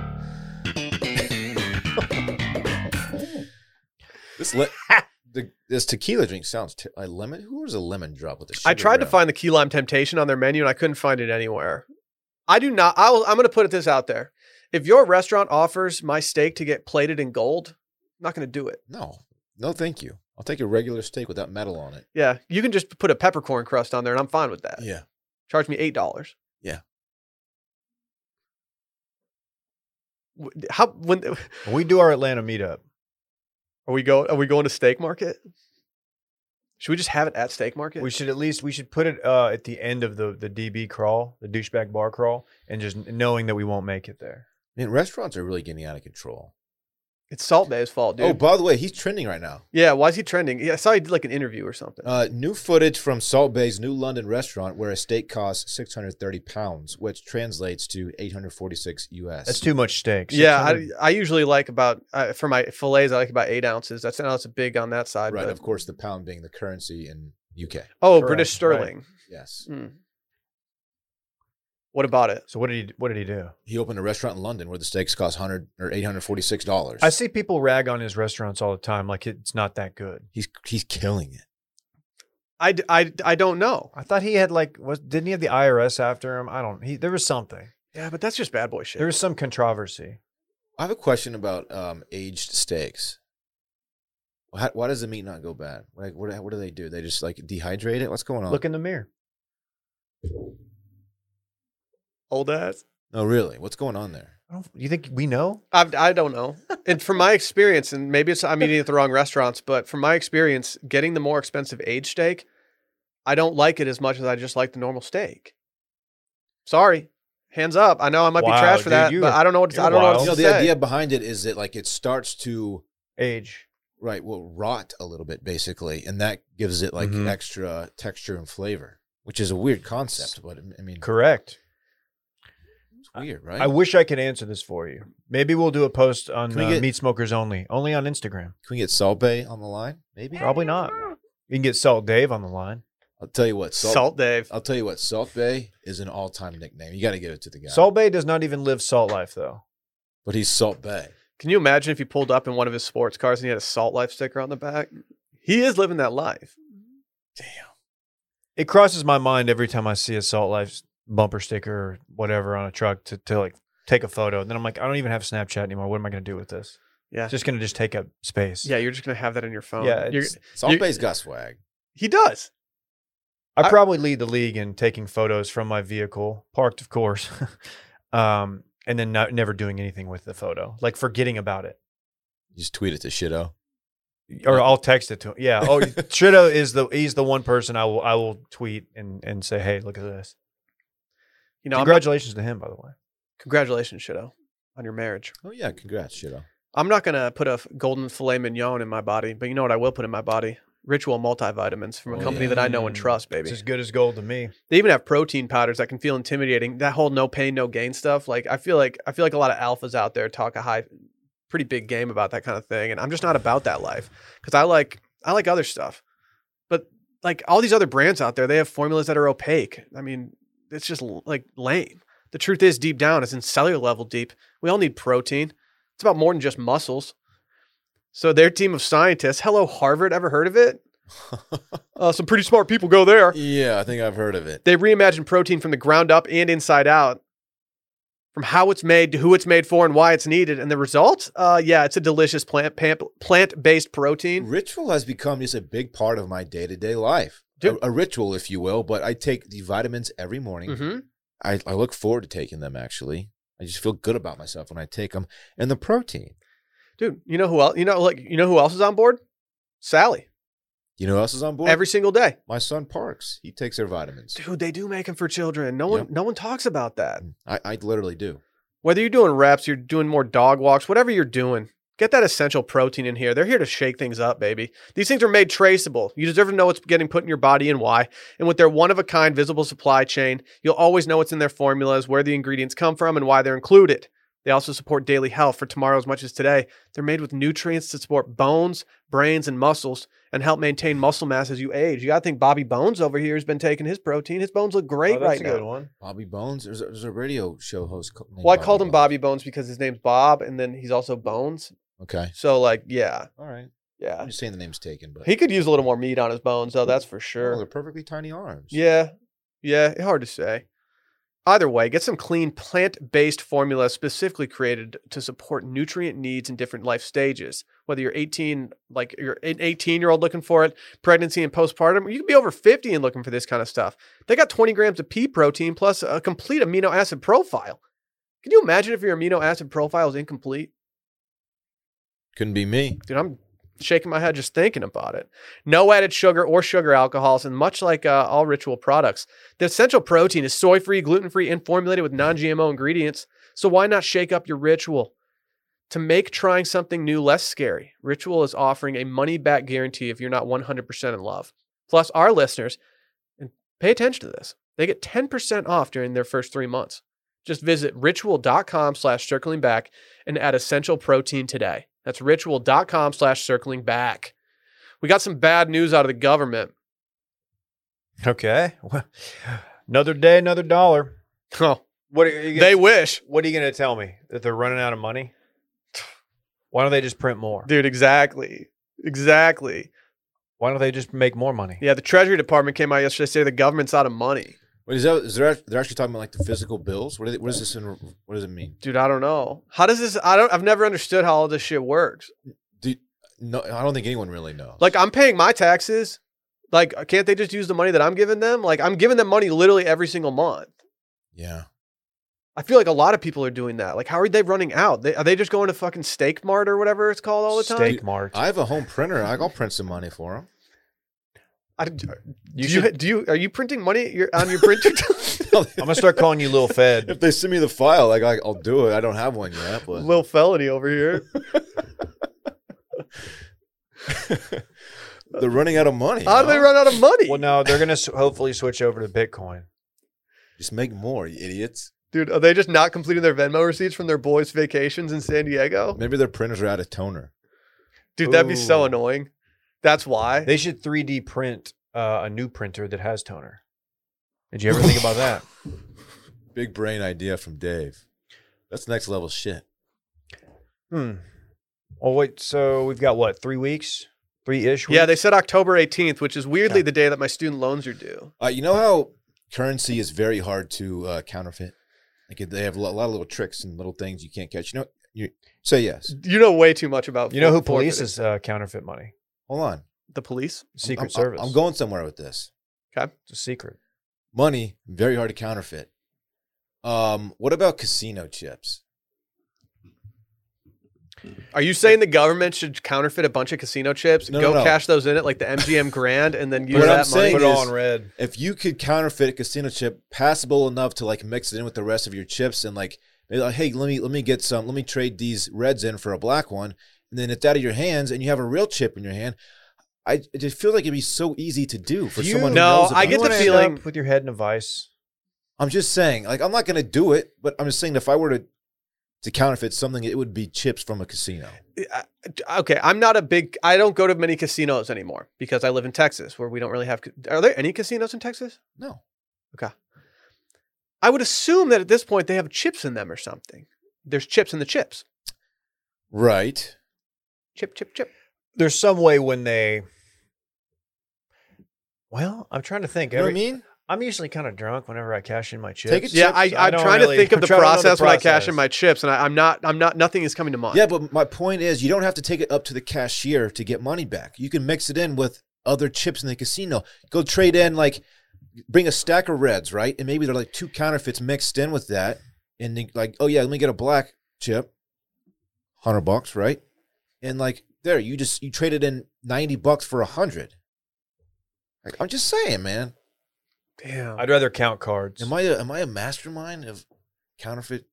A: this
C: le- the, this tequila drink sounds t- like lemon. Who orders a lemon drop with a sugar
A: I tried to
C: round?
A: find the key lime temptation on their menu and I couldn't find it anywhere. I do not. I'll, I'm going to put it this out there. If your restaurant offers my steak to get plated in gold, I'm not going to do it.
C: No, no, thank you. I'll take a regular steak without metal on it.
A: Yeah, you can just put a peppercorn crust on there and I'm fine with that.
C: Yeah.
A: Charge me eight dollars.
C: Yeah.
A: W- How when
B: When we do our Atlanta meetup.
A: are we go? Are we going to steak market? Should we just have it at steak market?
B: We should at least we should put it uh, at the end of the the DB crawl, the douchebag bar crawl, and just knowing that we won't make it there.
C: Man, restaurants are really getting out of control.
A: It's Salt Bay's fault, dude.
C: Oh, by the way, he's trending right now.
A: yeah, why is he trending? Yeah, I saw he did like an interview or something.
C: Uh, new footage from Salt Bay's new London restaurant where a steak costs 630 pounds, which translates to 846 US.
B: That's too much steak.
A: yeah,
B: 600
A: I, I usually like about uh, for my fillets, I like about eight ounces. That's now it's big on that side.
C: right.
A: but-
C: Of course, the pound being the currency in UK.
A: oh,
B: Correct,
A: British
B: right.
A: sterling.
C: Yes.
A: Mm. What about it?
B: so what did he what did he do?
C: He opened a restaurant in London where the steaks cost 100 or 846 dollars.
B: I see people rag on his restaurants all the time, like it's not that good.
C: He's he's killing it.
A: I, d- I, d- I don't know.
B: I thought he had like was didn't he have the IRS after him? I don't. He there was something.
A: Yeah, but that's just bad boy shit.
B: There was some controversy.
C: I have a question about um, aged steaks. How, why does the meat not go bad? Like, what what do they do? They just like dehydrate it? What's going on?
B: Look in the mirror.
A: old ass.
C: no, really, what's going on there?
B: I don't, you think we know?
A: I, I don't know. and from my experience, and maybe it's I'm eating at the wrong restaurants, but from my experience, getting the more expensive aged steak, I don't like it as much as I just like the normal steak. Sorry, hands up. I know I might
B: Wow,
A: be trash for
B: dude,
A: that,
B: you
A: but
B: are-
A: I don't know what to,
B: you're
A: I don't know
B: wild.
A: what
C: You know,
A: to
C: the
A: say.
C: idea behind it is that like it starts to
B: Age.
C: right, well, rot a little bit basically, and that gives it like
B: Mhm.
C: extra texture and flavor, which is a weird concept, but I mean,
B: Correct.
C: it's weird, right?
B: I wish I could answer this for you. Maybe we'll do a post on
C: Can we
B: uh,
C: get-
B: Meat Smokers Only, only on Instagram.
C: Can we get Salt Bay on the line? Maybe.
B: Probably not. You can get Salt Dave on the line.
C: I'll tell you what, Salt. Oh.
A: Salt Dave.
C: I'll tell you what, Salt Bay is an all-time nickname. You got to give it to the guy.
B: Salt Bay does not even live Salt Life though.
C: but he's Salt Bay.
A: Can you imagine if he pulled up in one of his sports cars and he had a Salt Life sticker on the back? He is living that life.
B: It crosses my mind every time I see a Salt Life bumper sticker or whatever on a truck to, to like take a photo. And then I'm like, I don't even have Snapchat anymore. What am I going to do with this?
A: Yeah.
B: It's just going to just take up space.
A: Yeah, you're just gonna have that in your phone.
B: Yeah,
A: You're-
B: it's-
C: Salt
A: You-
C: Bay's got swag.
A: he does.
B: I
A: I-
B: probably lead the league in taking photos from my vehicle, parked, of course, um, and then not, never doing anything with the photo, like forgetting about it.
C: You just tweet it to Shido.
B: Or I'll text it to him. Yeah. Oh, Shido is the he's the one person I will I will tweet and and say, hey, look at this.
A: You know, I'm not-
B: Congratulations to him, by the way.
A: congratulations, Shido, on your marriage.
C: Oh yeah, congrats, Shido.
A: I'm not gonna put a f- golden filet mignon in my body, but you know what I will put in my body? Ritual multivitamins from a
C: Oh,
A: company
C: yeah.
A: that I know and trust, baby.
B: It's as good as gold to me.
A: They even have protein powders that can feel intimidating. That whole no pain, no gain stuff. Like I feel like I feel like a lot of alphas out there talk a high, pretty big game about that kind of thing, and I'm just not about that life because I like I like other stuff. But like all these other brands out there, they have formulas that are opaque. I mean, it's just l- like lame. The truth is, deep down, it's in cellular level deep. We all need protein. It's about more than just muscles. So their team of scientists, hello Harvard, ever heard of it? Uh, some pretty smart people go there.
C: yeah, I think I've heard of it.
A: They reimagined protein from the ground up and inside out, from how it's made to who it's made for and why it's needed. And the result? Uh, yeah, it's a delicious plant plant based protein.
C: Ritual has become just a big part of my day to day life.
A: Dude.
C: A, a ritual, if you will, but I take the vitamins every morning.
A: hmm
C: I, I look forward to taking them actually. I just feel good about myself when I take them. And the protein.
A: Dude, you know who else? You know, like you know who else is on board? Sally.
C: You know who else is on board?
A: Every single day.
C: my son Parks. He takes their vitamins.
A: Dude, they do make them for children. No one,
C: Yep.
A: no one talks about that.
C: Mm, I, I literally do.
A: Whether you're doing reps, you're doing more dog walks, whatever you're doing, get that essential protein in here. They're here to shake things up, baby. These things are made traceable. You deserve to know what's getting put in your body and why. And with their one of a kind visible supply chain, you'll always know what's in their formulas, where the ingredients come from, and why they're included. They also support daily health for tomorrow as much as today. They're made with nutrients to support bones, brains, and muscles and help maintain muscle mass as you age. You got to think Bobby Bones over here has been taking his protein. His bones look great
B: Oh, that's
A: right
B: a
A: now.
B: good one.
C: Bobby Bones. There's a, there's a radio show host. co- named
A: Well, I called him
C: Bones.
A: Bobby Bones because his name's Bob, and then he's also Bones.
C: Okay.
A: So, like, yeah,
C: All right.
A: yeah,
C: I'm just saying the name's taken, but
A: he could use a little more meat on his bones, though. That's for
C: Oh,
A: sure.
C: they're perfectly tiny arms.
A: Yeah, yeah, eh, hard to say. Either way, get some clean plant-based formula specifically created to support nutrient needs in different life stages. Whether you're 18, like you're an 18-year-old looking for it, pregnancy and postpartum, or you could be over 50 and looking for this kind of stuff. They got 20 grams of pea protein plus a complete amino acid profile. Can you imagine if your amino acid profile is incomplete?
C: Couldn't be me.
A: dude, I'm shaking my head just thinking about it. No added sugar or sugar alcohols, and much like uh, all ritual products, the essential protein is soy free, gluten free, and formulated with non GMO ingredients. So why not shake up your ritual? To make trying something new less scary, Ritual is offering a money back guarantee if you're not 100% in love. Plus, our listeners, and pay attention to this, they get 10% off during their first three months. Just visit ritual.com slash circling back and add essential protein today. That's ritual.com slash circling back. We got some bad news out of the government.
B: Okay. Well, another day, another dollar.
A: Oh,
B: What are you
A: they wish.
B: What are you going to tell me that they're running out of money? Why don't they just print more?
A: Dude, exactly. Exactly.
B: Why don't they just make more money?
A: Yeah, the Treasury Department came out yesterday to say the government's out of money.
C: Wait, is that is there, they're actually talking about like the physical bills? What, are they, what is this? In, what does it mean?
A: Dude, I don't know. How does this I don't I've never understood how all this shit works.
C: Do, no, I don't think anyone really knows.
A: Like I'm paying my taxes. Like can't they just use the money that I'm giving them? Like I'm giving them money literally every single month.
C: yeah,
A: I feel like a lot of people are doing that. Like how are they running out? They, are they just going to fucking Steak Mart or whatever it's called all the time?
B: Steak Mart.
C: I have a home printer. I- I'll print some money for them.
A: I, do
B: You
A: you
B: should,
A: do you are you printing money at your- on your printer?
B: I'm gonna start calling you Lil Fed.
C: if they send me the file, like I, I'll do it. I don't have one yet, but
A: Little felony over here.
C: they're running out of money.
A: How do they
C: huh?
A: run out of money,
B: Well, no, they're gonna s- hopefully switch over to Bitcoin.
C: Just make more, you idiots.
A: dude? Are they just not completing their Venmo receipts from their boys' vacations in San Diego?
C: Maybe their printers are out of toner.
A: Dude, that'd be so
B: Ooh.
A: annoying. That's why.
B: They should 3D print uh, a new printer that has toner. Did you ever think about that?
C: Big brain idea from Dave. That's next level shit.
B: Hmm. Well, wait. So we've got what? Three weeks? Three ish?
A: yeah, they said October 18th, which is weirdly the day that my student loans are due.
C: Uh, you know how currency is very hard to uh, counterfeit. Like they have a lot, lot of little tricks and little things you can't catch. You know, you say yes.
A: You know way too much about.
B: You know who
A: for- forfeiting.
B: polices uh, counterfeit money?
C: Hold on, I'm-
A: The police.
B: Secret
C: I'm-
B: Service.
C: I'm going somewhere with this.
B: It's a secret.
C: money very hard to counterfeit um what about casino chips
A: Are you saying the government should counterfeit a bunch of casino chips,
C: No,
A: go
C: no, no.
A: cash those in it like the MGM Grand, and then use
C: What I'm
A: that money?
C: saying
B: Put it
C: is-
B: on red.
C: if you could counterfeit a casino chip passable enough to like mix it in with the rest of your chips and like, be like, hey let me let me get some let me trade these reds in for a black one and then it's out of your hands and you have a real chip in your hand i I just feel like it'd be so easy to do for
B: You-
C: someone who
A: No,
C: knows
A: I
C: about
A: get
C: it.
A: the
B: Wanna end
A: feeling-
B: up with your head in a vice.
C: i'm just saying like i'm not gonna do it but i'm just saying if i were to to counterfeit something it would be chips from a casino
A: I- I- okay, I'm not a big. I don't go to many casinos anymore because I live in Texas, where we don't really have. ca- Are there any casinos in Texas?
C: no
A: I would assume that at this point they have chips in them or something. There's chips in the chips.
C: right
A: Chip, chip, chip.
B: There's some way when they. Well, I'm trying to think.
C: you know what i
B: Every,
C: mean
B: I'm usually kind of drunk whenever I cash in my chips.
C: Take a
A: Yeah, I,
B: Chips,
A: I'm
B: don't
A: trying
B: really-
A: to think of
B: I'm
A: the
B: trying to know
A: process, when I cash in
B: process.
A: my chips, and I, I'm not. I'm not. Nothing is coming to mind.
C: Yeah, but my point is, you don't have to take it up to the cashier to get money back. You can mix it in with other chips in the casino. Go trade in like, bring a stack of reds, right? And maybe they're like two counterfeits mixed in with that, and then, like, oh yeah, let me get a black chip, hundred bucks, right? And like, there, you just you traded in ninety bucks for a hundred. Like, I'm just saying, man.
A: Damn.
B: I'd rather count cards.
C: Am I a, am I a mastermind of counterfeit?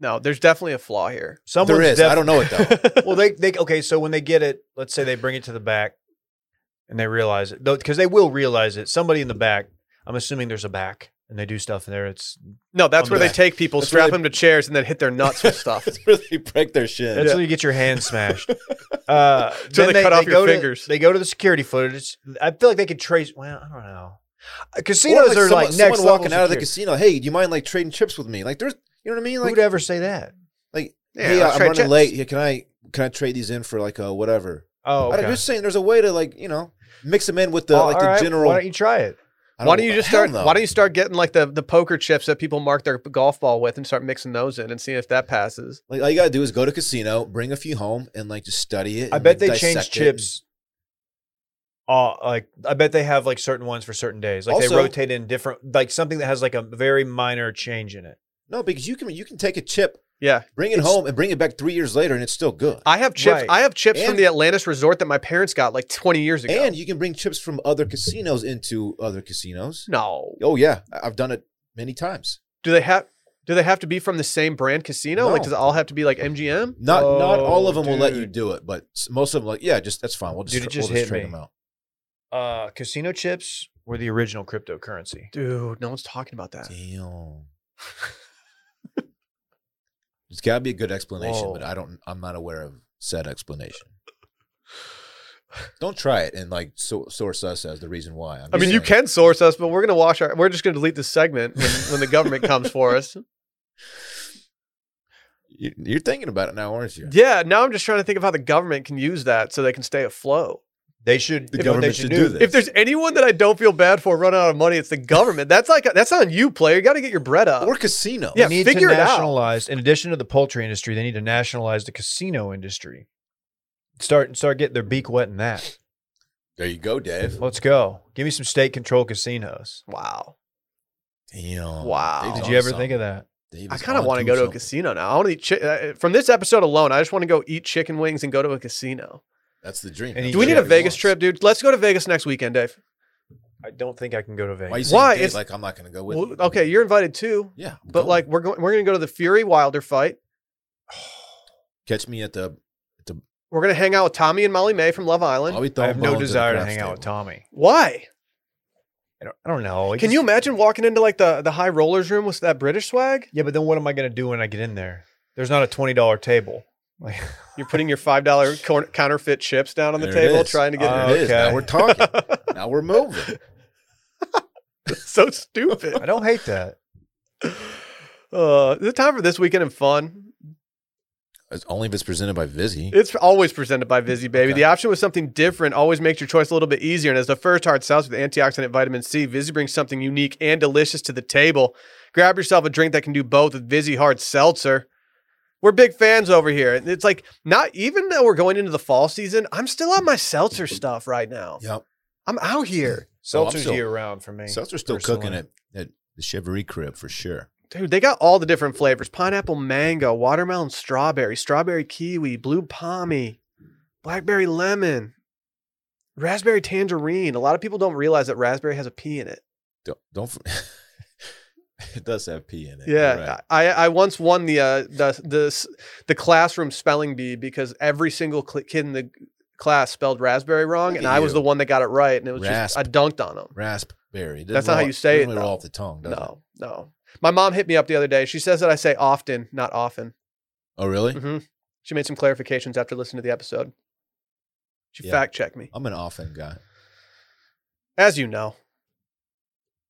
A: no, there's definitely a flaw here.
B: Someone's
C: there is.
B: def-
C: I don't know it though.
B: well, they they okay. So when they get it, let's say they bring it to the back, and they realize it because they will realize it. Somebody in the back. I'm assuming there's a back, and they do stuff in there. It's
A: No, that's
B: On
A: where
C: the
A: they
C: back.
A: take people,
C: That's where
A: strap
C: they-
A: them to chairs, and then hit their nuts with stuff.
C: That's where they break their shit.
B: that's when you get your hand smashed. Uh,
A: So
B: then
A: they cut off your
B: go to-
A: fingers.
B: They go to the security footage. I feel like they could trace. Well, I don't know. Uh, Casinos
C: like
B: are
C: someone-
B: like
C: someone
B: next
C: walking
B: level
C: out of the
B: security.
C: casino. Hey, do you mind like trading chips with me? Like there's, you know what I mean? Like,
B: Who'd ever say that?
C: like
A: Yeah,
C: hey,
A: let's
C: I'm
A: trade
C: running
A: chips.
C: late. Yeah, can I can I trade these in for like a whatever?
B: Oh, okay.
C: I'm just saying, there's a way to like you know mix them in with the
B: Oh,
C: like
B: all
C: the
B: right,
C: general.
B: Why don't you try it?
C: I
A: why don't you just
C: hell
A: start?
C: no.
A: Why don't you start getting like the the poker chips that people mark their golf ball with, and start mixing those in and seeing if that passes?
C: Like all you gotta do is go to casino, bring a few home, and like just study it.
B: I
C: and,
B: bet
C: like,
B: they change
C: dissect it and-
B: chips. Uh, like I bet they have like certain ones for certain days. Like they
C: Also-
B: rotate in different, like something that has like a very minor change in it.
C: no, because you can you can take a chip,
A: Yeah,
C: bring it
B: It's-
C: home, and bring it back three years later, and it's still good.
A: I have chips.
B: Right.
A: I have chips from
C: And-
A: the Atlantis Resort that my parents got like 20 years ago.
C: and you can bring chips from other casinos into other casinos.
A: no,
C: Oh yeah, I- I've done it many times.
A: do they have? Do they have to be from the same brand casino? Like,
C: No.
A: does it all have to be like MGM?
C: Not not all of
B: Oh,
C: them will let you
B: dude.
C: do it, but s- most of them like yeah, just that's fine. We'll just,
B: Dude, it
C: tra-
B: just
C: we'll
B: hit
C: just trade
B: me.
C: them out.
B: Uh, casino chips were the original cryptocurrency.
A: Dude, no one's talking about that.
C: Damn. There's got to be a good explanation, but
B: Whoa.
C: I don't. I'm not aware of said explanation. Don't try it and like so, source us as the reason why. I'm
A: I mean,
C: just
A: you
C: saying.
A: can source us, but we're gonna wash our. We're just gonna delete this segment when, when the government comes for us.
C: You- You're thinking about it now, aren't you?
A: Yeah, now I'm just trying to think of how the government can use that so they can stay afloat.
B: They should.
C: The
B: what
C: government should do this.
A: If there's anyone that I don't feel bad for running out of money, it's the government. That's like that's on you, player. You got to get your bread up.
C: Or casino.
A: Yeah,
B: they need
A: figure
B: to
A: it out.
B: nationalize. In addition to the poultry industry, they need to nationalize the casino industry. Start start getting their beak wet in that.
C: There you go, Dave.
B: Let's go. Give me some state control casinos.
A: wow,
C: Damn.
A: Wow.
C: Dave's
B: Did
C: onto
B: you ever
C: something.
B: think of that?
C: Dave
A: I
C: is
A: kind of want to go
C: onto
A: to a
C: something.
A: casino now. I want to eat chi- uh, from this episode alone. I just want to go eat chicken wings and go to a casino.
C: That's the dream.
B: And
C: That's
A: Do we
C: what
A: need a
C: everyone
A: Vegas
C: wants.
A: trip, dude? Let's go to Vegas next weekend, Dave.
B: I don't think I can go to Vegas.
C: Why? You
A: Why?
C: Why?
A: It's-
C: It's like I'm not going to go with.
A: Well,
C: you.
A: okay, you're invited too,
C: Yeah, I'm
A: but
C: going.
A: like we're going, we're gonna go to the Fury Wilder fight.
C: catch me at the.
A: We're gonna hang out with Tommy and Molly May from Love Island.
C: I'll be
B: I
C: throwing
B: have no
C: bones at the
B: desire to
C: craps
B: hang out
C: table.
B: with Tommy.
A: Why?
B: I don't, I don't know. He
A: Can
B: just-
A: you imagine walking into like the the high rollers room with that British swag?
B: Yeah, but then what am I going to do when I get in there? There's not a twenty dollar table. Like,
A: You're putting your five dollar counterfeit chips down on the
C: There it
A: table,
C: is.
A: trying to get.
B: Uh,
C: There it is.
B: Okay.
C: Now we're talking. now we're moving.
A: so stupid.
B: I don't hate that.
A: Uh, is it time for this weekend and fun?
C: It's only if it's presented by Vizzy.
A: It's always presented by Vizzy Baby.
C: Okay.
A: The option with something different always makes your choice a little bit easier. And as the first hard sauce with antioxidant vitamin C, Vizzy brings something unique and delicious to the table. Grab yourself a drink that can do both with Vizzy Hard Seltzer. We're big fans over here. And It's like not even though we're going into the fall season, I'm still on my seltzer stuff right now.
C: Yep.
A: I'm out here.
C: Oh, I'm
B: Seltzer's
C: still-
B: year round for me.
C: Seltzer's still
B: personally.
C: cooking it at the Chevrolet crib for sure.
A: Dude, they got all the different flavors pineapple, mango, watermelon, strawberry, strawberry kiwi, blue pommy, blackberry lemon, raspberry tangerine. A lot of people don't realize that raspberry has a P in it.
C: Don't don't. f- it does have pee in it. you're
A: Yeah.
C: right.
A: I, I once won the, uh, the, the, s- the classroom spelling bee because every single cl- kid in the class spelled raspberry wrong,
C: Look
A: and
C: at
A: I was
C: you.
A: the one that got it right, and it was just,
C: Rasp.
A: I dunked on them.
C: raspberry. It doesn't
A: That's not how
C: roll-
A: you say it,
C: doesn't really
A: though.
C: roll off the tongue. Does It?
A: No, no. My mom hit me up the other day. She says that I say often, not often.
C: Oh really?
A: hmm She made some clarifications after listening to the episode. She
C: Yeah.
A: fact checked me.
C: I'm an often guy.
A: As you know,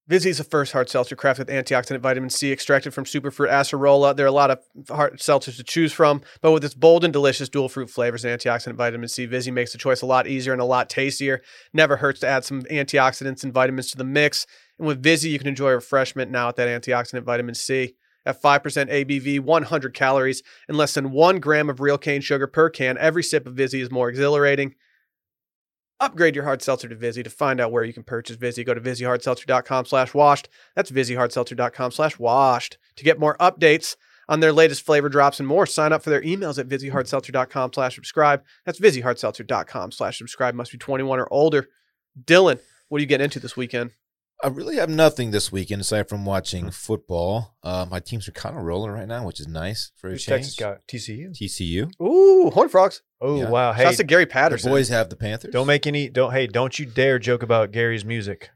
A: Vizzy is the first hard seltzer crafted with antioxidant vitamin C extracted from superfruit acerola. There are a lot of hard seltzers to choose from, but with its bold and delicious dual fruit flavors and antioxidant vitamin C, Vizzy makes the choice a lot easier and a lot tastier. Never hurts to add some antioxidants and vitamins to the mix. And with Vizzy, you can enjoy refreshment now with that antioxidant vitamin C. At 5% ABV, 100 calories, and less than one gram of real cane sugar per can, every sip of Vizzy is more exhilarating. Upgrade your hard seltzer to Vizzy. To find out where you can purchase Vizzy, go to VizzyHardSeltzer.com slash washed. That's VizzyHardSeltzer.com slash washed. To get more updates on their latest flavor drops and more, sign up for their emails at VizzyHardSeltzer.com slash subscribe. That's VizzyHardSeltzer.com slash subscribe. Must be 21 or older. Dylan, what are you getting into this weekend?
C: I really have nothing this weekend aside from watching
A: Mm.
C: football. Uh, my teams are kind of rolling right now, which is nice for a
B: Who's
C: change.
B: Texas got TCU.
C: TCU.
A: Ooh, Horn Frogs.
B: Oh
C: Yeah.
B: wow! Hey,
A: Shouts to Gary
C: The
A: Patterson.
C: boys have the Panthers.
B: don't make any. Don't hey. Don't you dare joke about Gary's music,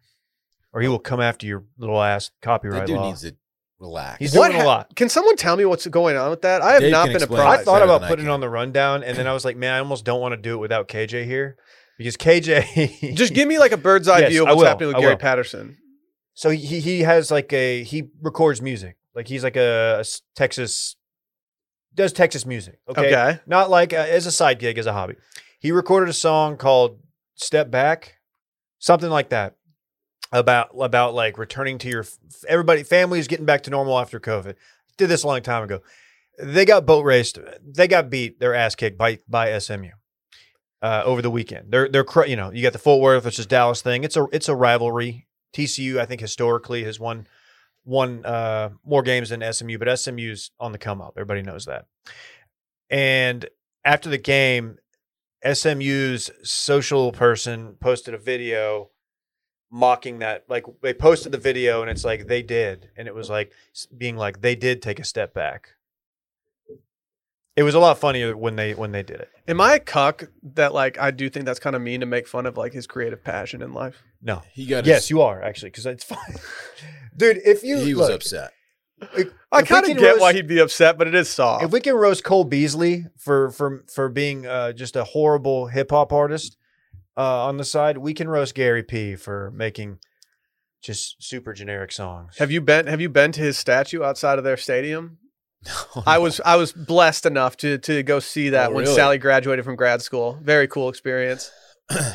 B: or he will come after your little ass
C: That
B: copyright
C: dude
B: law.
C: needs to relax.
B: He's
A: What
B: doing a
A: ha-
B: lot.
A: Can someone tell me what's going on with that? I have
C: Dave
A: not
C: can
A: been
C: explain.
B: I
A: apprised.
B: thought
C: better
B: about
C: than I
B: putting it
C: can.
B: on the rundown, and then I was like, man, I almost don't want to do it without KJ here because KJ
A: Just give me like a bird's eye
B: Yes,
A: view of
B: I
A: what's
B: will.
A: happening with
B: I
A: Gary
B: will.
A: Patterson.
B: So he he has like a he records music. Like he's like a, a s- Texas does Texas music. Okay.
A: okay.
B: Not like uh as a side gig as a hobby. He recorded a song called Step Back, something like that. About about like returning to your f- everybody families getting back to normal after COVID. Did this a long time ago. They got boat raced. They got beat. Their ass kicked by by SMU uh, over the weekend. They're they're cr- you know you got the Fort Worth versus Dallas thing. It's a it's a rivalry. TCU I think historically has won won uh, more games than SMU, but SMU's on the come up. Everybody knows that. And after the game, SMU's social person posted a video mocking that like they posted the video and it's like they did and it was like s- being like they did take a step back it was a lot funnier when they when they did it
A: Am I a cuck that like I do think that's kind of mean to make fun of like his cretive passion in life?
B: no
C: He got.
B: Yes,
C: his-
B: you are actually, because it's fine, dude. If you
C: he was
B: look,
C: upset.
B: if-
A: I
B: if we
A: kind of
B: can
A: get
B: roast-
A: why he'd be upset, but it is soft.
B: If we can roast Cole Beasley for for for being uh, just a horrible hip hop artist uh, on the side, we can roast Gary P for making just super generic songs.
A: have you been Have you been to his statue outside of their stadium?
C: No,
A: I was I was blessed enough to to go see that
C: Oh,
A: when
C: really?
A: Sally graduated from grad school. Very cool experience. What are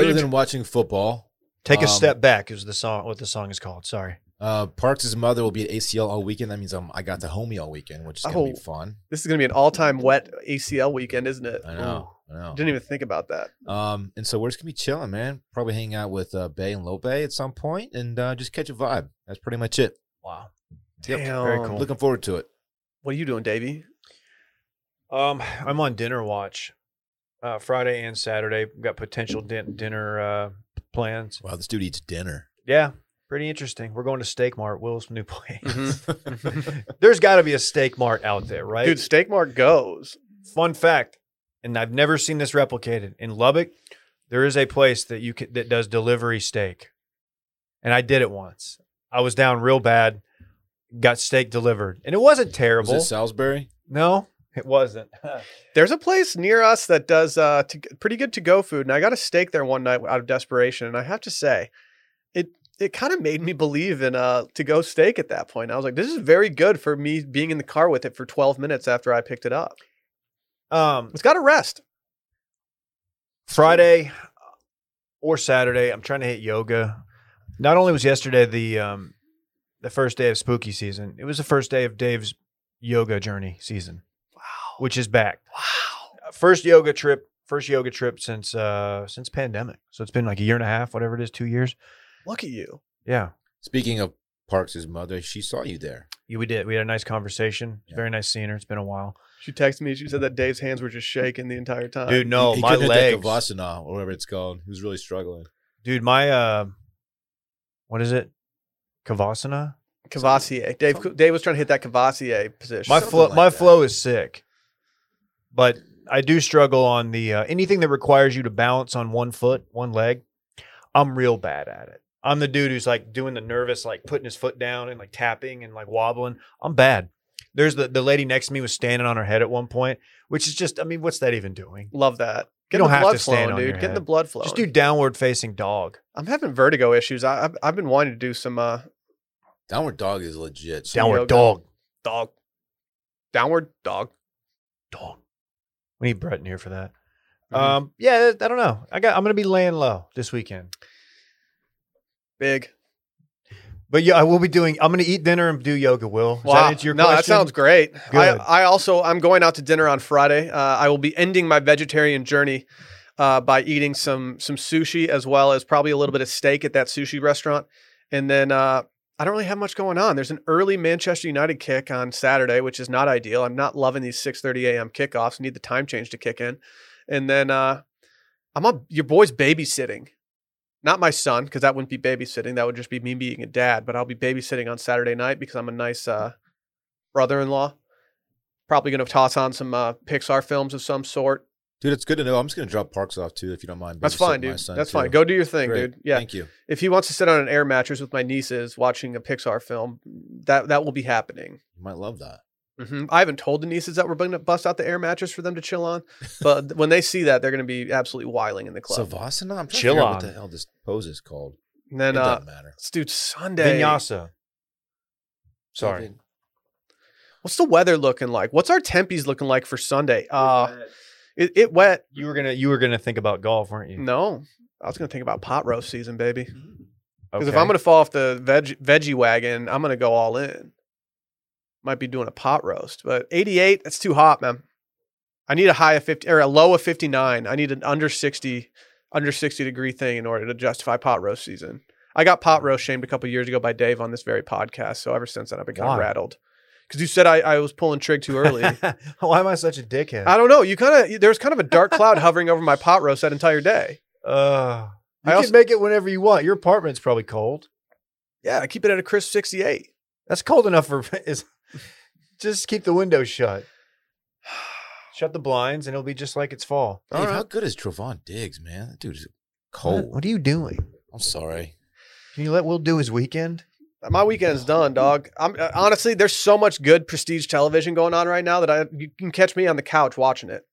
C: Other
A: you-
C: than watching football,
B: take a
C: um,
B: step back? Is the song what the song is called? Sorry,
C: uh, Parks' mother will be at ACL all weekend. That means um, I got the homie all weekend, which is gonna
A: Oh.
C: be fun.
A: This is gonna be an all time wet ACL weekend, isn't it?
C: I know. I know.
A: Didn't even think about that.
C: Um, and so we're just gonna be chilling, man. Probably hang out with uh, Bay and Lope at some point, and uh, just catch a vibe. That's pretty much it.
B: wow.
C: Yep.
A: Damn.
B: Very cool.
C: Looking forward to it.
A: What are you doing, Davey?
B: Um, I'm on dinner watch, uh, Friday and Saturday. We've got potential din- dinner uh, plans.
C: Wow, this dude eats dinner.
B: Yeah, pretty interesting. We're going to Steak Mart, Will's new place. There's got to be a Steak Mart out there, right?
A: Mm-hmm. Dude, Steak Mart goes.
B: Fun fact, and I've never seen this replicated in Lubbock. There is a place that you can, that does delivery steak, and I did it once. I was down real bad, got steak delivered, and it wasn't
C: Was
B: terrible.
C: it Salisbury?
B: no, it wasn't.
A: There's a place near us that does uh, to, pretty good to go food, and I got a steak there one night out of desperation, and I have to say, it it kind of made me believe in uh to go steak at that point. I was like, this is very good for me being in the car with it for 12 minutes after I picked it up.
B: um,
A: It's got to rest.
B: Friday uh, or Saturday. I'm trying to hit yoga. Not only was yesterday the um, the first day of spooky season, it was the first day of Dave's yoga journey season,
A: Wow.
B: which is back.
A: Wow.
B: First yoga trip, first yoga trip since uh since pandemic. So it's been like a year and a half, whatever it is, two years.
A: Look at you.
B: Yeah.
C: Speaking of Parks' mother, she saw you there.
B: Yeah, we did. We had a nice conversation.
C: Yeah.
B: Very nice seeing her. It's been a while.
A: She texted me. She said that Dave's hands were just shaking the entire time.
B: Dude, no,
C: Uh, he
B: my
C: couldn't hit that
B: legs.
C: Kavasana, or whatever it's called. He was really struggling.
B: Dude, my uh what is it? Kavasana?
A: Cavassier. Dave,
C: Something-
A: Dave was trying to hit that Cavassier position.
B: my
C: something
B: flow
C: like
B: my
C: that.
B: flow is sick but i do struggle on the uh, anything that requires you to balance on one foot one leg i'm real bad at it i'm the dude who's like doing the nervous like putting his foot down and like tapping and like wobbling i'm bad there's the, the lady next to me was standing on her head at one point which is just i mean what's that even doing
A: Love that. Get
B: don't
A: the
B: have
A: blood
B: to stand
A: flowing,
B: on
A: dude.
B: your
A: Get the
B: head.
A: blood flowing.
B: just do downward facing dog
A: I'm having vertigo issues. I, I've, I've been wanting to do some uh,
C: Downward dog is legit.
A: Down-
B: downward
A: yoga.
B: dog
A: dog, downward dog.
B: dog we need brett in here for that
C: Mm-hmm.
A: Mhm.
B: um yeah i don't know i got i'm gonna be laying low this weekend
A: Big.
B: But yeah, I will be doing. I'm going to eat dinner and do yoga. Will is
A: Wow.
B: that answer your
A: no,
B: question?
A: that sounds great. I,
B: Good.
A: I also I'm going out to dinner on Friday. Uh, I will be ending my vegetarian journey uh, by eating some some sushi as well as probably a little bit of steak at that sushi restaurant, and then. Uh, I don't really have much going on. There's an early Manchester United kick on Saturday, which is not ideal. I'm not loving these 6:30 a.m. kickoffs. Need the time change to kick in, and then uh, I'm on your boy's babysitting. Not my son, because that wouldn't be babysitting. That would just be me being a dad. But I'll be babysitting on Saturday night because I'm a nice uh, brother-in-law. Probably going to toss on some uh, Pixar films of some sort.
C: Dude, it's good to know. I'm just going to drop Parks off too, if you don't mind.
A: That's
C: babysitting
A: fine,
C: my
A: dude.
C: son,
A: That's
C: too.
A: fine. Go do your thing,
C: Great.
A: dude. Yeah.
C: Thank you.
A: If he wants to sit on an air mattress with my nieces watching a Pixar film, that that will be happening.
C: You might love that.
A: hmm I haven't told the nieces that we're going to bust out the air mattress for them to chill on, but when they see that, they're going to be absolutely wiling in the club.
C: Savasana? I'm trying
B: Chill
C: to figure out what
B: on.
C: the hell this pose is called.
A: and then,
C: it
A: uh,
C: doesn't matter.
A: dude, Sunday.
B: vinyasa. Sorry,
A: What's the weather looking like? What's our tempies looking like for Sunday? Uh, it, it wet.
B: you were gonna you were gonna think about golf, weren't you?
A: No, I was going to think about pot roast season, baby. Because if
B: Okay.
A: I'm going to fall off the veg, veggie wagon, I'm going to go all in. Might be doing a pot roast, but 88, that's too hot, man. I need a high of 50 or a low of 59. I need an under 60, under 60 degree thing in order to justify pot roast season. I got pot roast shamed a couple years ago by Dave on this very podcast. So ever since then, I've been kind
B: Why?
A: of rattled. Because you said I, I was pulling trig too early.
B: Why am I such a dickhead?
A: I don't know. You kind of, there was kind of a dark cloud hovering over my pot roast that entire day.
B: uh, you
A: I
B: can
A: also-
B: make it whenever you want. Your apartment's probably cold.
A: Yeah, I keep it at a crisp 68.
B: That's cold enough for is. Just keep the windows shut. Shut the blinds, and it'll be just like it's fall.
C: Dave,
A: All right.
C: How good is Travon Diggs, man? That dude is
B: What,
C: cold.
B: what are you doing?
C: I'm sorry.
B: Can you let Will do his weekend?
A: My weekend's done, dog. I'm uh, honestly, there's so much good prestige television going on right now that I you can catch me on the couch watching it.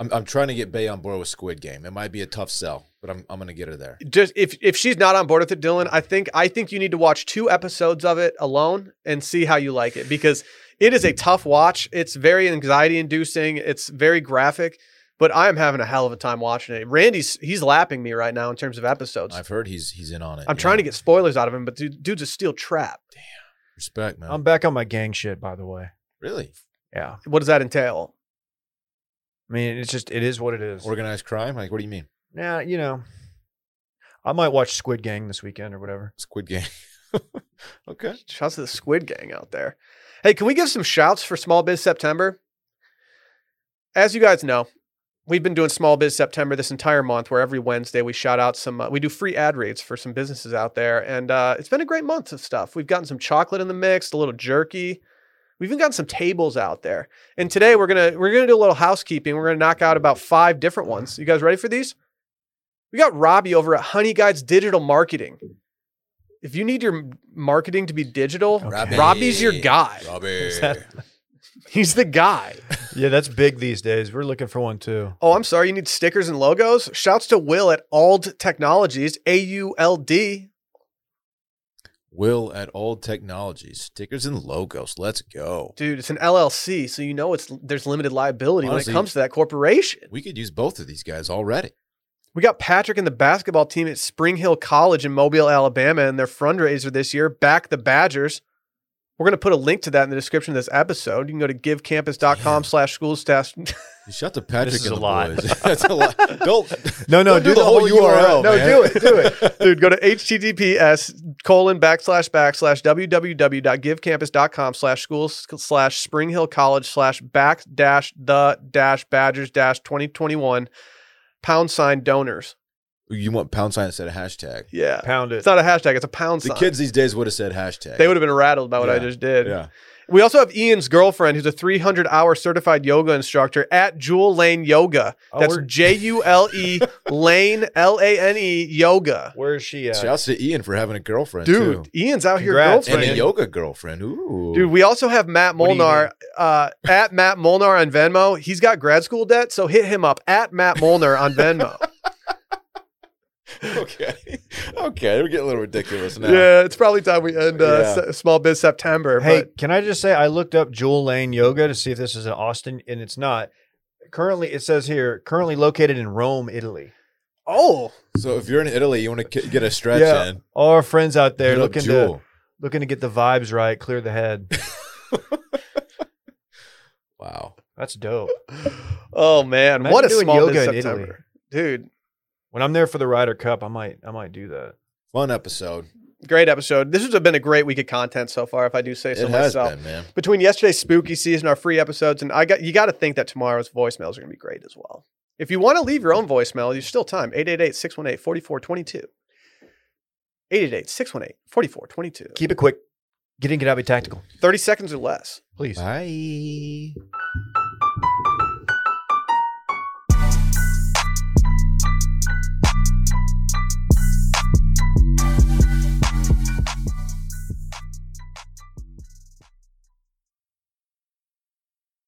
C: I'm, I'm trying to get Bay on board with Squid Game. It might be a tough sell, but I'm, I'm going to get her there.
A: Just if if she's not on board with it, Dylan, I think I think you need to watch two episodes of it alone and see how you like it because it is a tough watch. It's very anxiety inducing. It's very graphic, but I am having a hell of a time watching it. Randy's he's lapping me right now in terms of episodes.
C: I've heard he's he's in on it.
A: I'm
C: yeah.
A: trying to get spoilers out of him, but dude, dude's a steel trap.
C: respect, man.
B: I'm back on my gang shit, by the way.
C: really
B: Yeah,
A: What does that entail?
B: I mean, it's just it is what it is.
C: organized crime. Like, what do you mean?
B: Nah, you know, I might watch Squid Gang this weekend or whatever.
C: Squid Game. okay.
A: Shouts to the Squid Gang out there. Hey, can we give some shouts for Small Biz September? As you guys know, we've been doing small biz september this entire month where every wednesday we shout out some uh, we do free ad reads for some businesses out there and uh, it's been a great month of stuff we've gotten some chocolate in the mix a little jerky we've even gotten some tables out there and today we're gonna we're gonna do a little housekeeping we're gonna knock out about five different ones you guys ready for these we got robbie over at honey guides digital marketing if you need your m- marketing to be digital
B: Robbie.
A: robbie's your guy
C: Robbie.
A: he's the guy
B: Yeah, that's big these days. We're looking for one too.
A: Oh, I'm sorry. You need stickers and logos. Shouts to Will at Ald Technologies, A U L D.
C: Will at Old Technologies. Stickers and logos. Let's go.
A: Dude, it's an LLC, so you know it's there's limited liability
C: Honestly-
A: when it comes to that corporation.
C: We could use both of these guys already.
A: We got Patrick and the basketball team at Spring Hill College in Mobile, Alabama, and their fundraiser this year, Back the Badgers. We're gonna put a link to that in the description of this episode. You can go to givecampus.com slash school staff.
C: You Shout to Patrick
B: This is a
C: and the
B: lot.
C: boys. That's a lot. Don't
B: No, no,
C: Don't
B: do, the, whole, URL.
A: No,
C: man.
A: do it, do it. Dude, go to https colon backslash backslash www.givecampus.com slash schools slash Spring Hill College slash back dash the dash badgers dash 2021 pound sign donors.
C: You want pound sign instead of hashtag.
A: Yeah.
B: Pound it.
A: It's not a hashtag, it's a pound
C: The
A: sign.
C: kids these days would have said hashtag.
A: they would have been rattled by what I
C: Yeah.
A: just did.
C: Yeah.
A: We also have Ian's girlfriend, who's a 300 hour certified yoga instructor at Jewel Lane Yoga.
B: Oh,
A: That's
B: we're-
A: J U L E Lane L A N E Yoga.
B: Where is she at?
C: Shouts to Ian for having a girlfriend
A: Dude,
C: too.
A: Ian's out here
B: Congrats,
C: And
A: girlfriend.
C: a yoga girlfriend. Ooh.
A: Dude, we also have Matt
B: What do you
A: Molnar uh, at Matt Molnar on Venmo. He's got grad school debt, so hit him up at Matt Molnar on Venmo.
C: okay. Okay. We're getting a little ridiculous now.
A: Yeah, it's probably time we end uh,
C: Yeah.
A: Se- Small Biz September.
B: Hey,
A: but
B: can I just say I looked up Jewel Lane Yoga to see if this is in Austin, and it's not. Currently, it says here currently located in Rome, Italy.
A: oh,
C: So if you're in Italy, you want to get a stretch
B: Yeah.
C: in.
B: All our friends out there
C: hit up
B: looking to
C: Jewel.
B: looking to get the vibes right, clear the head.
C: Wow.
B: That's dope.
A: oh man,
B: Imagine
A: what a
B: doing
A: Small Biz
B: yoga in
A: September, dude!
B: When I'm there for the Ryder Cup, I might I might do that.
C: Fun episode.
A: Great episode. This has been a great week of content so far, if I do say so
C: it has
A: myself.
C: been, man.
A: Between yesterday's spooky season, our free episodes, and I got you got to think that tomorrow's voicemails are going to be great as well. If you want to leave your own voicemail, there's still time. 888-618-4422. 888-618-4422.
B: Keep it quick. Getting it out be tactical,
A: 30 seconds or less.
B: please.
C: Bye.